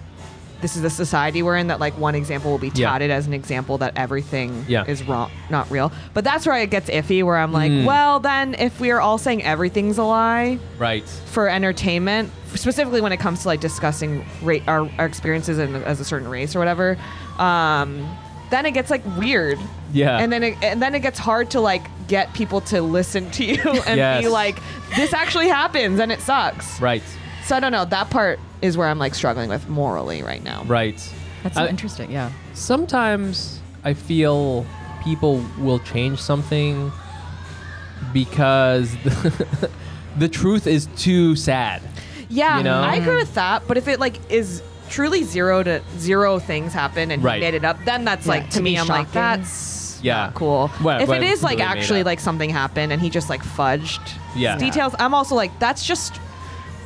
S2: this is the society we're in. That like one example will be
S1: Yeah.
S2: touted as an example that everything
S1: Yeah. Mm.
S2: is wrong, not real. But that's where it gets iffy. Where I'm like, well, then if we are all saying everything's a lie,
S1: right.
S2: for entertainment, specifically when it comes to like discussing ra- our, our experiences in, as a certain race or whatever, um, then it gets like weird.
S1: Yeah.
S2: And then it, and then it gets hard to like get people to listen to you (laughs) and
S1: Yes.
S2: be like, this actually happens and it sucks.
S1: Right.
S2: So I don't know. That part is where I'm like struggling with morally right now.
S1: Right.
S3: That's so
S1: I-
S3: interesting. Yeah.
S1: sometimes I feel people will change something because (laughs) the, truth is too sad.
S2: Yeah,
S1: You know?
S2: I agree with that. But if it like is truly zero to zero things happen and he
S1: Right.
S2: made it up, then that's
S3: Yeah,
S2: like to,
S3: to
S2: me,
S3: be
S2: I'm like
S3: shocking.
S2: that's that's
S1: Yeah.
S2: not cool.
S1: Well,
S2: if
S1: well,
S2: it
S1: it's
S2: is like
S1: really made
S2: actually
S1: up.
S2: like something happened and he just like fudged
S1: Yeah.
S2: his details, I'm also like that's just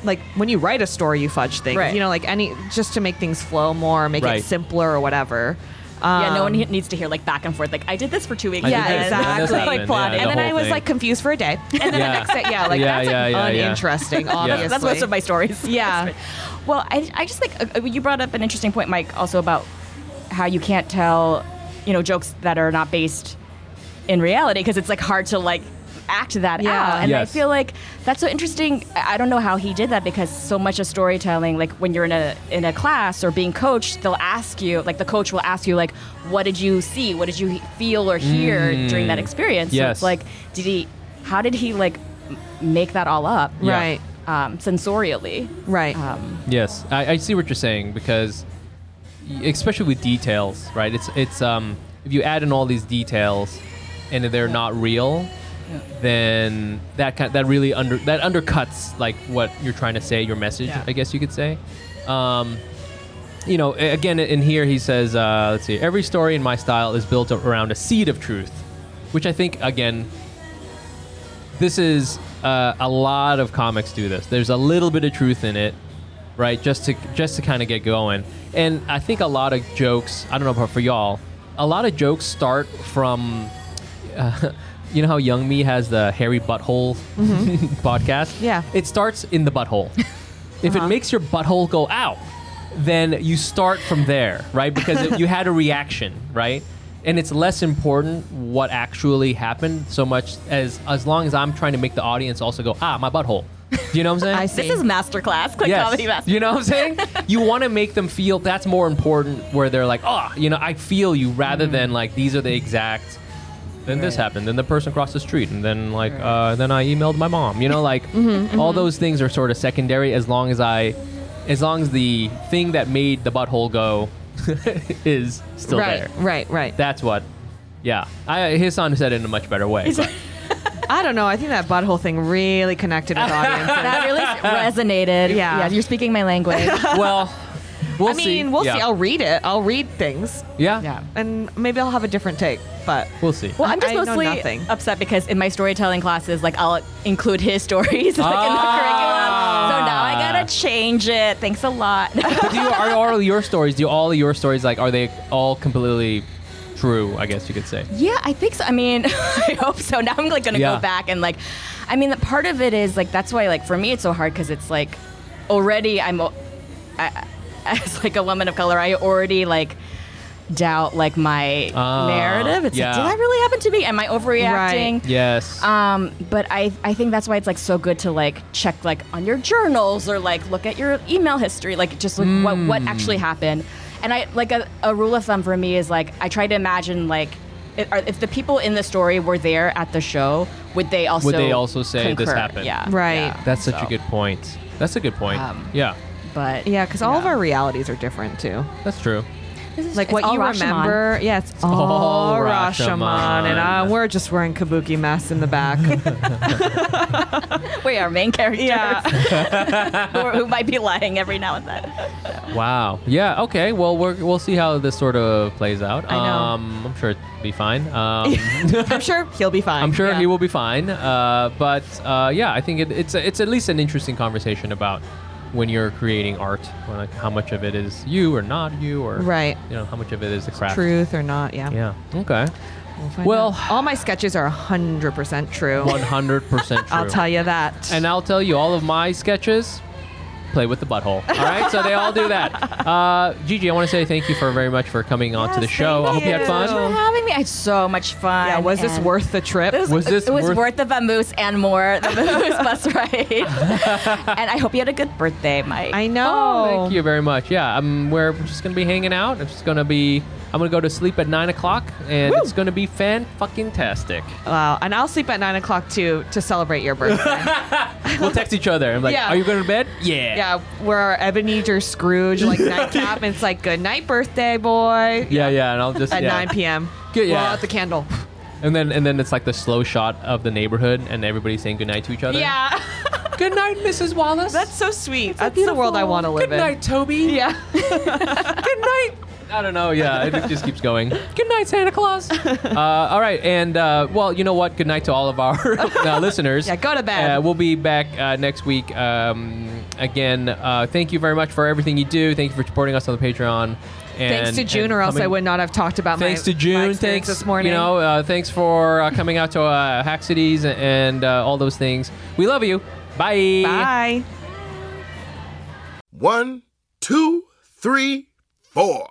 S2: like when you write a story, you fudge things.
S3: Right.
S2: You know, like any just to make things flow more, make
S1: Right.
S2: it simpler or whatever.
S3: yeah, no one
S2: Um,
S3: he- needs to hear like back and forth. Like I did this for two weeks.
S1: I did
S2: Yeah,
S3: and then
S2: exactly.
S3: Like
S1: Yeah, the
S3: plotting.
S2: and then
S1: whole
S2: I was
S1: thing.
S2: like confused for
S1: (laughs)
S2: a day, and then
S1: Yeah.
S2: the next day, yeah, like
S1: Yeah,
S2: that's
S1: yeah,
S2: like
S1: yeah, (laughs) yeah.
S2: uninteresting. Obviously,
S3: That's most of my stories. (laughs)
S2: Yeah.
S3: well, I, I just think uh, you brought up an interesting point, Mike, also about how you can't tell, you know, jokes that are not based in reality because it's like hard to like act that
S2: Yeah.
S3: out. And
S1: Yes.
S3: I feel like that's so interesting. I I don't know how he did that because so much of storytelling, like when you're in a in a class or being coached, they'll ask you, like the coach will ask you, like, what did you see? What did you he- feel or hear during that experience? So
S1: Mm. Yes.
S3: it's like, did he? How did he like m- make that all up?
S1: Yeah.
S2: Right.
S3: um, sensorially.
S2: Right.
S3: Um,
S1: Yes, I, I see what you're saying because, y- especially with details, right? It's it's um if you add in all these details, and if they're not real, then that kind that really under that undercuts like what you're trying to say, your message,
S2: Yeah.
S1: I guess you could say. Um, you know, a- again in here he says, uh, let's see, every story in my style is built around a seed of truth, which I think again this is uh, a lot of comics do this. There's a little bit of truth in it, right? Just to just to kind of get going. And I think a lot of jokes. I don't know about for y'all. A lot of jokes start from. Uh, (laughs) you know how Young Me has the hairy butthole (laughs) podcast?
S2: Yeah.
S1: It starts in the butthole. if it makes your butthole go out, then you start from there, right? Because it, you had a reaction, right? And it's less important what actually happened so much as as long as I'm trying to make the audience also go, ah, my butthole. Do you know what I'm saying?
S2: I see.
S3: this is masterclass, click
S1: Yes.
S3: comedy masterclass.
S1: You know what I'm
S2: (laughs)
S1: saying? you want to make them feel that's more important where they're like, oh, you know, I feel you rather
S2: Mm.
S1: than like these are the exact then this
S3: Right.
S1: happened, then the person crossed the street and then like uh, then I emailed my mom. You
S2: (laughs)
S1: know, like
S2: Mm-hmm,
S1: all those things are sort of secondary as long as I as long as the thing that made the butthole go (laughs) is still
S2: right,
S1: there.
S2: right, right.
S1: That's what yeah. I his son said it in a much better
S2: (laughs)
S1: way. but-
S2: I don't know. I think that butthole thing really connected with
S1: (laughs)
S2: audiences.
S3: (laughs) that really resonated.
S2: Yeah.
S3: yeah, you're speaking my language.
S1: well we'll
S2: I
S1: see.
S2: mean, we'll
S1: yeah.
S2: see. I'll read it. I'll read things,
S1: yeah.
S3: yeah.
S2: and maybe I'll have a different take. But
S1: We'll see.
S3: Well, I'm just
S2: (laughs) I know
S3: mostly
S2: nothing.
S3: upset because in my storytelling classes, like I'll include his stories (laughs) like, in the
S1: Ah.
S3: curriculum. So now I gotta change it. Thanks a lot. (laughs)
S1: do you, are all your stories? Do all your stories like are they all completely true? I guess you could say.
S3: Yeah, I think so. I mean, (laughs) I hope so. Now I'm like gonna
S1: Yeah.
S3: go back and like, I mean, the part of it is like that's why like for me it's so hard because it's like already I'm, o- I, (laughs) as like a woman of color, I already like doubt like my
S1: Ah,
S3: narrative. It's
S1: yeah.
S3: like, did that really happen to me? Am I overreacting?
S1: Yes.
S3: Um, but I, I think that's why it's like so good to like check like on your journals or like look at your email history, like just like what what
S1: Hmm.
S3: actually happened. And I like a, a rule of thumb for me is like I try to imagine like if, are- if the people in the story were there at the show, would they also
S1: Would they also say this
S3: concur?
S1: happened?
S3: Yeah,
S2: Right.
S3: yeah.
S1: That's such
S3: So,
S1: a good point. That's a good point.
S3: Um,
S1: yeah,
S3: But
S2: yeah, because all of our realities are different too.
S1: that's true.
S2: Like what
S3: all
S2: you
S3: Rashomon. (laughs)
S2: remember, yeah, it's
S1: all
S2: all
S1: Rashomon.
S2: Rashomon, and uh, we're just wearing kabuki masks in
S1: (laughs)
S2: the back. (laughs)
S3: Wait, our main characters
S2: yeah,
S3: (laughs) who, who might be lying every now and then.
S1: Wow. Yeah. Okay. Well, we're, we'll see how this sort of plays out.
S2: I know.
S1: Um, I'm sure it'll be fine.
S2: (laughs)
S1: Um,
S2: I'm sure he'll be fine.
S1: I'm sure
S2: Yeah.
S1: he will be fine. Uh, but uh, yeah, I think it, it's it's at least an interesting conversation about when you're creating art, when, like, how much of it is you or not you, or
S2: Right.
S1: You know, how much of it is the craft.
S2: Truth or not? Yeah.
S1: Yeah. Okay.
S2: We'll, find
S1: Well-
S2: out. all my sketches are hundred percent true.
S1: One hundred percent true.
S2: I'll tell you that.
S1: And I'll tell you, all of my sketches play with the butthole. All right, so they all do that. Uh, Gigi, I want to say thank you for very much for coming on to the
S3: Yes,
S1: show. I
S3: thank
S1: hope you had
S2: you. Oh,
S1: fun.
S3: for having me. I had so much fun.
S2: yeah, was this
S3: and-
S2: worth the trip?
S1: Was Oh, this
S3: it was
S1: worth-
S3: worth, the vamoose and more the
S1: (laughs)
S3: vamoose bus ride (laughs) and i hope you had a good birthday mike
S2: I know.
S1: Oh, Thank you very much. Yeah, um, we're just gonna be hanging out. It's just gonna be. I'm gonna go to sleep at nine o'clock, and it's gonna be fan fucking
S2: (laughs)
S1: tastic.
S2: Wow, and I'll sleep at nine o'clock too to celebrate your birthday.
S1: (laughs) We'll text each other. I'm like,
S2: Yeah.
S1: "Are you going to bed? Yeah.
S2: yeah, we're our Ebenezer
S1: (laughs)
S2: Scrooge like nightcap, and it's like good night, birthday boy.
S1: Yeah, yeah, and I'll just
S2: At
S1: yeah.
S2: 9 p.m.
S1: Good,
S2: Blow
S1: yeah.
S2: out the candle.
S1: and then and then it's like the slow shot of the neighborhood and everybody saying goodnight to each other.
S2: Yeah, (laughs)
S1: Good night, Mrs. Wallace.
S2: that's so sweet. That's the world I want to
S1: (laughs)
S2: live
S1: Good
S2: in.
S1: night, Toby.
S2: Yeah,
S1: Good night. I don't know. Yeah, it just keeps going. Good night, Santa Claus. (laughs) Uh, all right, and uh, well, you know what? Good night to all of our (laughs) uh, listeners.
S2: Yeah, go to bed.
S1: Uh, we'll be back uh, next week. Um, again, uh, thank you very much for everything you do. Thank you for supporting us on the Patreon. And,
S2: thanks to June,
S1: and
S2: or else I
S1: coming-
S2: would not have talked about my-
S1: Thanks to
S2: my
S1: June.
S2: experience
S1: Thanks
S2: this morning.
S1: You know, uh, thanks for uh, coming out to uh, Hack Cities and uh, all those things. We love you. Bye.
S2: Bye.
S4: One, two, three, four.